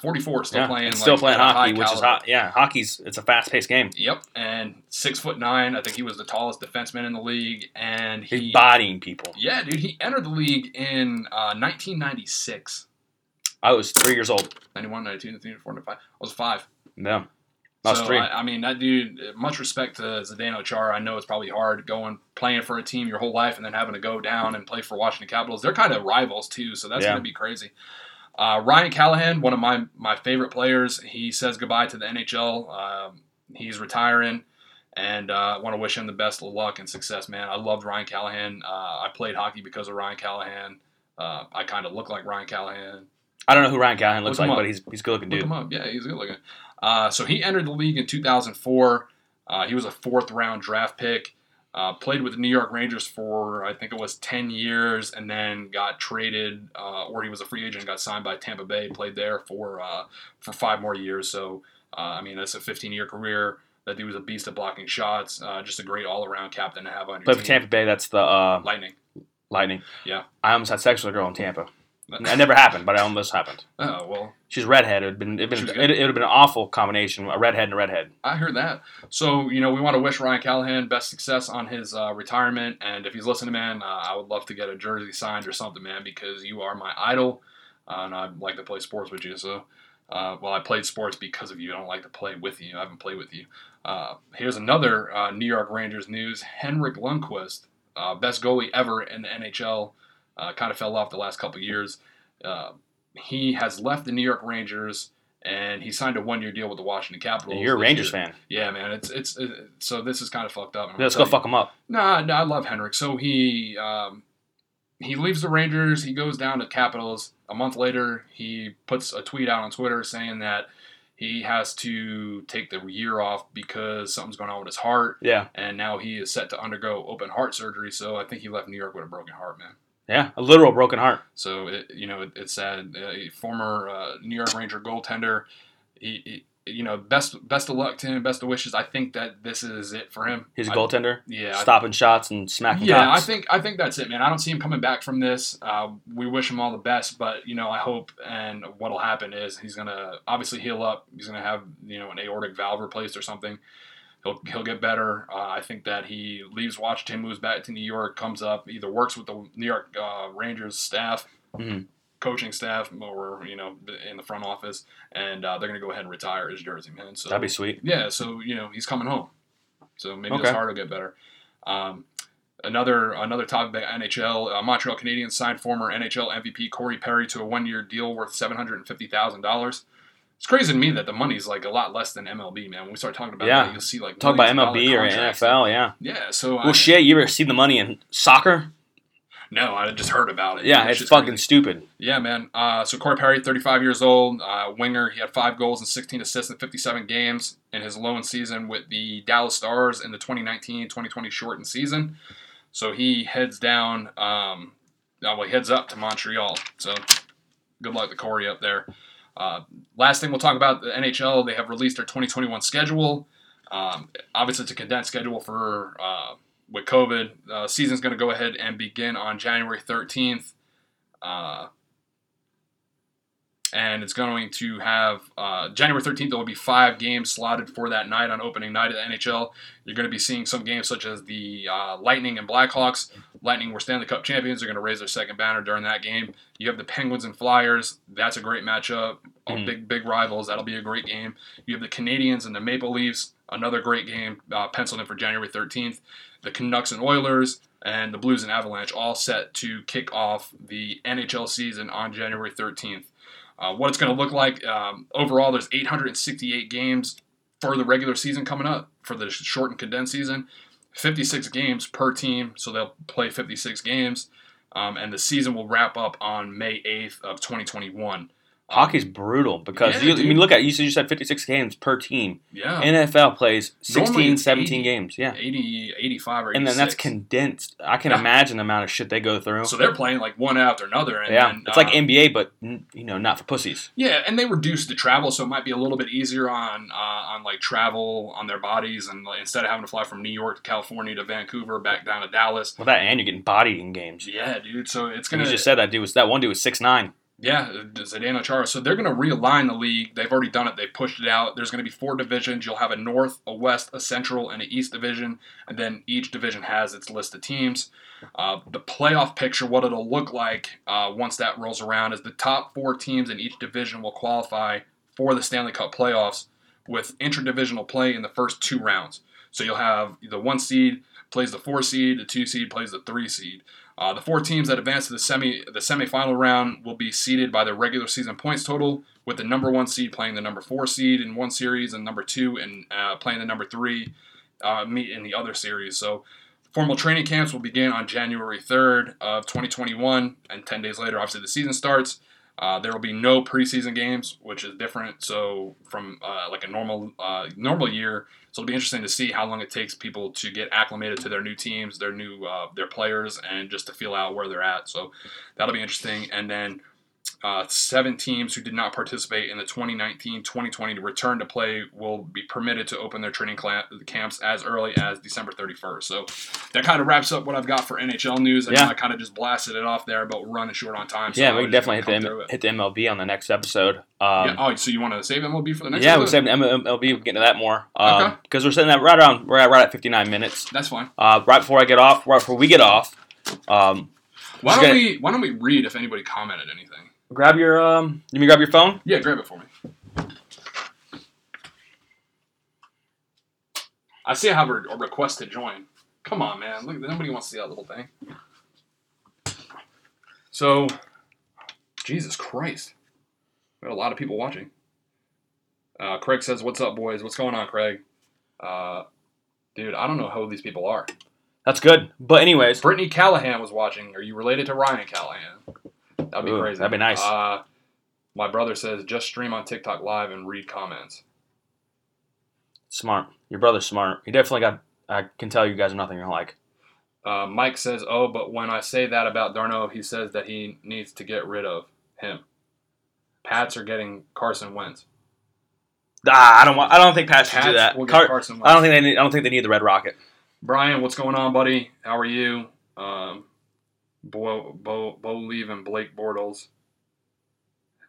44, still Yeah, playing, and like, still playing at a high hockey, which is caliber. hot. Yeah, hockey's it's a fast paced game. Yep, and six foot nine. I think he was the tallest defenseman in the league, and He's he. bodying people. yeah, dude, he entered the league in uh, 1996. I was three years old. 91, 92, 93, 94, 95. I was five. No, I was so three. I, I mean, that dude. Much respect to Zdeno Chara. I know it's probably hard going playing for a team your whole life and then having to go down and play for Washington Capitals. They're kind of rivals too, so that's Yeah. going to be crazy. Uh, Ryan Callahan, one of my my favorite players, he says goodbye to the NHL. Um, he's retiring, and uh, want to wish him the best of luck and success, man. I loved Ryan Callahan. Uh, I played hockey because of Ryan Callahan. Uh, I kind of look like Ryan Callahan. I don't know who Ryan Callahan looks Look him like, up. but he's he's a good looking Look dude. him up. Yeah, he's good looking. Uh, so he entered the league in 2004. Uh, he was a fourth round draft pick. Uh, played with the New York Rangers for I think it was 10 years, and then got traded, uh, or he was a free agent, got signed by Tampa Bay. Played there for uh, for five more years. So uh, I mean, that's a 15 year career. That dude was a beast at blocking shots. Uh, just a great all around captain to have on your But for team. Tampa Bay, that's the uh, Lightning. Lightning. Yeah. I almost had sex with a girl in Tampa. It never happened, but it almost happened. oh well, She's redhead. It'd been it'd been She was it, good. it'd have been an awful combination, a redhead and a redhead. I heard that. So you know, we want to wish Ryan Callahan best success on his uh, retirement, and if he's listening, man, uh, I would love to get a jersey signed or something, man, because you are my idol, uh, and I'd like to play sports with you. So, uh, well, I played sports because of you. I don't like to play with you. I haven't played with you. Uh, here's another uh, New York Rangers news: Henrik Lundqvist, uh, best goalie ever in the NHL, uh, kind of fell off the last couple years. Uh, he has left the New York Rangers. And he signed a one-year deal with the Washington Capitals. You're a this Rangers year. fan. Yeah, man, it's it's it, so this is kind of fucked up. and I'm Let's go gonna tell fuck him up. you. Nah, nah, I love Henrik. So he um, he leaves the Rangers. He goes down to Capitals. A month later, he puts a tweet out on Twitter saying that He has to take the year off because something's going on with his heart, Yeah, and now he is set to undergo open heart surgery. So I think he left New York with a broken heart, man. yeah, a literal broken heart. So it, you know, it, it's sad. A former uh, New York Ranger goaltender. He, he, you know, best best of luck to him. Best of wishes. I think that this is it for him. He's a I- goaltender, Yeah, I- stopping shots and smacking. yeah, cocks. I think I think that's it, man. I don't see him coming back from this. Uh, we wish him all the best, but you know, I hope and what'll happen is he's gonna obviously heal up. He's gonna have you know an aortic valve replaced or something. He'll he'll get better. Uh, I think that he leaves Washington, moves back to New York, comes up, either works with the New York uh, Rangers staff. Mhm. Coaching staff, or you know, in the front office, and uh, they're gonna go ahead and retire his jersey, man. So that'd be sweet. yeah, so you know he's coming home, so maybe Okay. his heart will get better. Um, another another topic about NHL: uh, Montreal Canadiens signed former NHL MVP Corey Perry to a one-year deal worth seven hundred and fifty thousand dollars. It's crazy to me that the money's like a lot less than MLB, man. When we start talking about Yeah. that, you'll see like Talk about millions of MLB dollar or contracts. NFL. Yeah. Yeah, so I, Well, shit, you ever seen the money in soccer? no, I just heard about it. Yeah, That it's shit's fucking crazy. stupid. Yeah, man. Uh, so Corey Perry, 35 years old, uh, winger. He had five goals and 16 assists in 57 games in his lone season with the Dallas Stars in the 2019-2020 shortened season. So he heads down. Um, uh, well, he heads up to Montreal. So good luck to Corey up there. Uh, last thing we'll talk about the NHL. They have released their 2021 schedule. Um, obviously, it's a condensed schedule for uh, with COVID. Uh, season's going to go ahead and begin on January 13th. Uh, and it's going to have uh, January 13th. There will be five games slotted for that night on opening night of the NHL. You're going to be seeing some games such as the uh, Lightning and Blackhawks. Lightning were Stanley Cup champions. They're going to raise their second banner during that game. You have the Penguins and Flyers. That's a great matchup. All Mhm. Big big rivals. That'll be a great game. You have the Canadians and the Maple Leafs. Another great game uh, penciled in for January 13th. The Canucks and Oilers. And the Blues and Avalanche all set to kick off the NHL season on January 13th uh, what it's going to look like. Um, overall, there's 868 games for the regular season coming up for the sh- short and condensed season. 56 games per team, so they'll play 56 games, um, and the season will wrap up on May 8th of 2021. Hockey's brutal because Yeah, you, I dude. mean, look at you said you said 56 games per team. Yeah, NFL plays 16, Normally it's 17 80. games. Yeah. 80, 85 or And then that's 86. condensed. I can Yeah. imagine the amount of shit they go through. so they're playing like one after another. And yeah, then, it's like uh, NBA, but mm, you know, not for pussies. Yeah, and they reduce the travel, so it might be a little bit easier on uh, on like travel on their bodies, and like, instead of having to fly from New York to California to Vancouver back down to Dallas. Well, that and you're getting bodied in games. Yeah, dude. So it's And gonna you just said that dude was that one dude was six nine. yeah, uh, Zdeno Chara. So they're gonna realign the league. They've already done it. They pushed it out. There's gonna be four divisions. You'll have a North, a West, a Central, and an East division, and then each division has its list of teams. Uh, the playoff picture, what it'll look like uh, once that rolls around, is the top four teams in each division will qualify for the Stanley Cup playoffs with interdivisional play in the first two rounds. So you'll have the one seed plays the four seed, the two seed plays the three seed. Uh, the four teams that advance to the semi the semifinal round will be seeded by their regular season points total, with the number one seed playing the number four seed in one series, and number two and uh, playing the number three uh, meet in the other series. So. Formal training camps will begin on January 3rd of 2021, and 10 days later, obviously, the season starts. Uh, there will be no preseason games, which is different. So from uh, like a normal uh, normal year, so it'll be interesting to see how long it takes people to get acclimated to their new teams, their new uh, their players, and just to feel out where they're at. So that'll be interesting. And then uh, seven teams who did not participate in the 2019-2020 return to play will be permitted to open their training cla- camps as early as December 31st. So that kind of wraps up what I've got for NHL news. I know Yeah. I kind of just blasted it off there, but we're running short on time. so yeah, I we was can just definitely gonna hit come the through M- it. hit the MLB on the next episode. Um, yeah. Oh, so you want to save MLB for the next? yeah, we episode? said MLB. We're getting to that more because Okay. we're sitting at right around we're at right at 59 minutes. That's fine. Uh, right before I get off, right before we get off, um, Why Just don't gonna- we? Why don't we read if anybody commented anything? grab your um, you mean grab your phone? Yeah, grab it for me. I see I have a, a request to join. Come on, man. Look, nobody wants to see that little thing. So, Jesus Christ. We had a lot of people watching. Uh, Craig says, What's up, boys? What's going on, Craig? Uh, dude, I don't know who these people are. That's good. But anyways, Brittany Callahan was watching. Are you related to Ryan Callahan? That'd be Ooh, crazy. that'd be nice. Uh, My brother says just stream on TikTok live and read comments. Smart. Your brother's smart. He definitely got. I can tell you guys are nothing alike. Uh, Mike says, "Oh, but when I say that about Darno, he says that he needs to get rid of him. Pats are getting Carson Wentz. Ah, I don't want. I don't think Pats, should do Pats that. will get Car- Carson Wentz. I don't think they need. I don't think they need the Red Rocket. Brian, what's going on, buddy? How are you? Um, Bo, Bo, Bo Leave and Blake Bortles.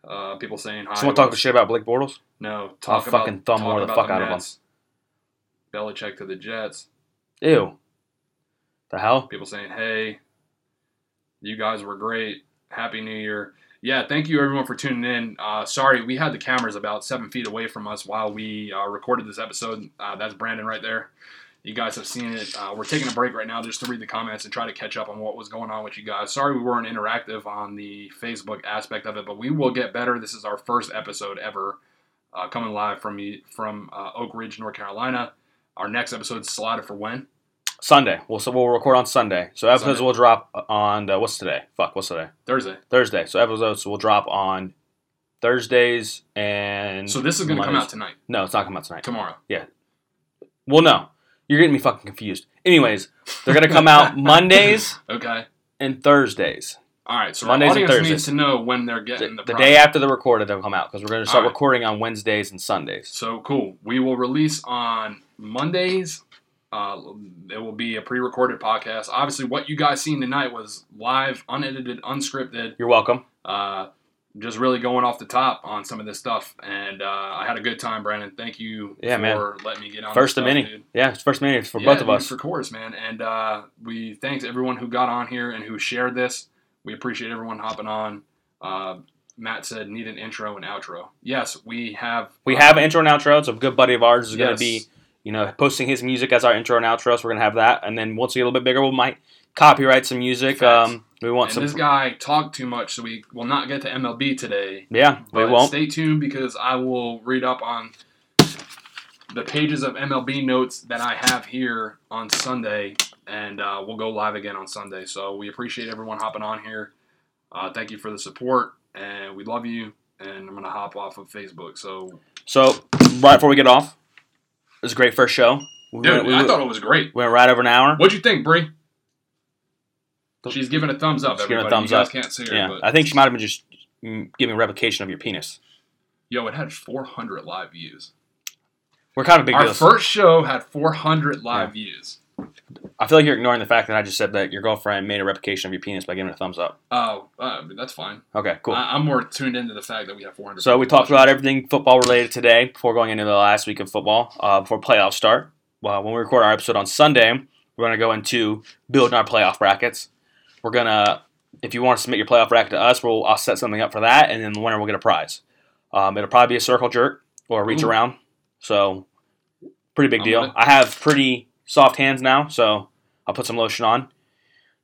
Uh, people saying hi. Someone talking shit about Blake Bortles. No, talk I'll about, fucking thumb talk more the about fuck out of 'em. Mets. Belichick to the Jets. Ew. The hell? People saying, "Hey, you guys were great. Happy New Year." Yeah, thank you everyone for tuning in. Uh, sorry, we had the cameras about seven feet away from us while we uh, recorded this episode. Uh, that's Brandon right there. You guys have seen it. Uh, we're taking a break right now just to read the comments and try to catch up on what was going on with you guys. Sorry we weren't interactive on the Facebook aspect of it, but we will get better. This is our first episode ever uh, coming live from from uh, Oak Ridge, North Carolina. Our next episode is slotted for when? Sunday. Well, so we'll record on Sunday. So episodes Sunday. will drop on uh, what's today? Fuck, what's today? Thursday. Thursday. So episodes will drop on Thursdays and. So this is going to come Mondays. out tonight, No, it's not coming out tonight. tomorrow. Well, no, you're getting me fucking confused. Anyways, they're gonna come out Mondays Okay. and Thursdays. All right. So Mondays our and audience needs Thursdays. to know when they're getting The, the, the product. day after the recorded, they'll come out because we're gonna start Alright. recording on Wednesdays and Sundays. So cool. We will release on Mondays. Uh, it will be a pre-recorded podcast. Obviously, what you guys seen tonight was live, unedited, unscripted. You're welcome. Uh, just really going off the top on some of this stuff, and uh, I had a good time, Brandon. Thank you Yeah, for man. letting me get on. First this of stuff, many. dude. Yeah, it's first many for Yeah, both of dude, us. for course, man. And uh, we thanks everyone who got on here and who shared this. We appreciate everyone hopping on. Uh, Matt said, "Need an intro and outro." Yes, we have. we uh, have an intro and outro. It's a good buddy of ours is gonna yes. be, you know, posting his music as our intro and outro. So we're gonna have that, and then once we get a little bit bigger, we might copyright some music. Facts. Um, we want And some. this guy talked too much, so we will not get to MLB today. yeah, we But won't. stay tuned because I will read up on the pages of MLB notes that I have here on Sunday, and uh, we'll go live again on Sunday. So we appreciate everyone hopping on here. Uh, thank you for the support, and we love you. And I'm gonna hop off of Facebook. So, So right before we get off, it was a great first show. We dude, went, we I went- thought it was great. went right over an hour. What'd you think, Bree? She's giving a thumbs up. She's giving a Everybody, thumbs you guys up. can't see her, Yeah, but I think she might have been just mm, giving a replication of your penis. yo, it had 400 live views. We're kind of big Our deals. first show had 400 live views. I feel like you're ignoring the fact that I just said that your girlfriend made a replication of your penis by giving it a thumbs up. Oh, uh, that's fine. Okay, cool. I, I'm more tuned into the fact that we have 400. So we talked about everything football related today before going into the last week of football, uh, before playoffs start. Well, when we record our episode on Sunday, we're going to go into building our playoff brackets. We're going to, if you want to submit your playoff bracket to us, we'll I'll set something up for that, and then the winner will get a prize. Um, it'll probably be a circle jerk or a reach Ooh. around. So, pretty big I'm deal. with it. I have pretty soft hands now, so I'll put some lotion on.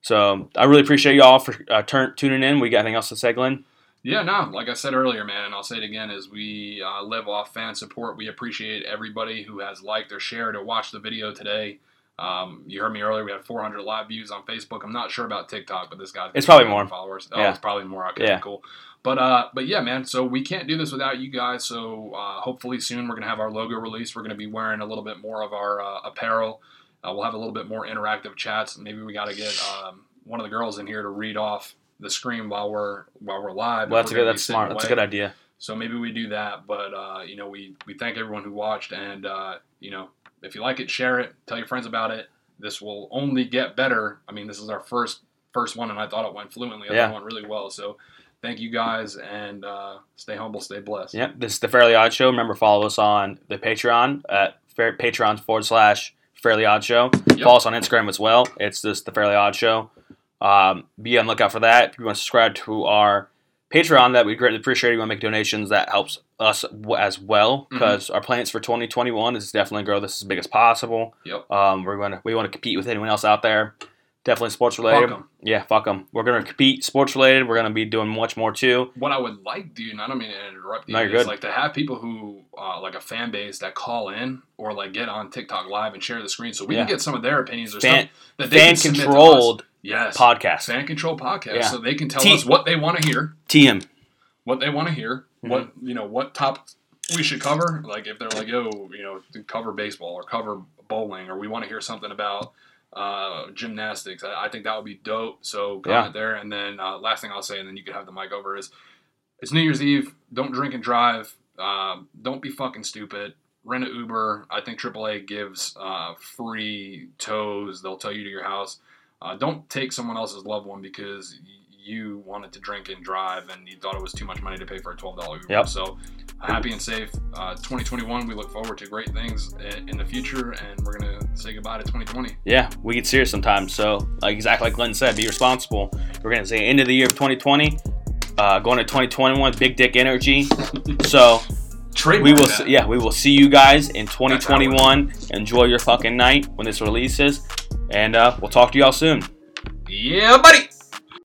So I really appreciate y'all for uh, turn, tuning in. We got anything else to say, Glenn? Yeah, no, like I said earlier, man, and I'll say it again: is we uh, live off fan support. We appreciate everybody who has liked or shared or watched the video today. Um, you heard me earlier. We had 400 live views on Facebook. I'm not sure about TikTok, but this guy's It's probably more. followers. Oh, Yeah. it's probably more. Okay, Yeah. cool. But uh, but yeah, man. So we can't do this without you guys. So uh, hopefully soon we're gonna have our logo release. We're gonna be wearing a little bit more of our uh, apparel. Uh, we'll have a little bit more interactive chats. Maybe we got to get um, one of the girls in here to read off the screen while we're while we're live. Well, that's a good. We're gonna be That's sitting smart. That's a away. good idea. So maybe we do that. But uh, you know, we we thank everyone who watched, and uh, you know, if you like it, share it, tell your friends about it. This will only get better. I mean, this is our first first one, and I thought it went fluently. I Yeah. thought it went really well. So thank you guys, and uh, stay humble, stay blessed. Yep, this is the Fairly Odd Show. Remember, follow us on the Patreon at fair, Patreon forward slash Fairly Odd Show. Follow us on Instagram as well. It's just the Fairly Odd Show. Um, be on the lookout for that. If you want to subscribe to our Patreon, that we greatly appreciate. If you want to make donations, that helps us w- as well Mm-hmm. because our plans for 2021 is definitely grow this as big as possible. Yep. Um, we're going to we want to compete with anyone else out there. Definitely sports related. Fuck 'em. Yeah, fuck them. We're going to compete sports related. We're going to be doing much more too. What I would like, dude, and I don't mean to interrupt you, No, you're is good. like to have people who, uh, like a fan base that call in or like get on TikTok live and share the screen so we can Yeah. get some of their opinions or Fan- stuff that they Fan can submit to us. controlled Yes. podcast. fan control podcast Yeah. so they can tell T- us what they want to hear TM. what they want to hear, what you know, what top we should cover. Like if they're like, oh, you know, to cover baseball or cover bowling, or we want to hear something about uh, gymnastics. I, I think that would be dope. So comment there, and then uh, last thing I'll say, and then you can have the mic over is, it's New Year's Eve. Don't drink and drive. Um, don't be fucking stupid. Rent an Uber. I think AAA gives uh, free tows. They'll tow you to your house. Uh, don't take someone else's loved one because y- you wanted to drink and drive and you thought it was too much money to pay for a $12 Uber. Yep. So happy and safe. Uh, 2021, we look forward to great things i- in the future and we're going to say goodbye to 2020. Yeah, we get serious sometimes. So, like exactly like Glenn said, be responsible. We're gonna say end of the year of 2020, uh, going to 2021, big dick energy. So Trade we will, s yeah, we will see you guys in 2021. Enjoy your fucking night when this releases, and uh, we'll talk to y'all soon. Yeah, buddy.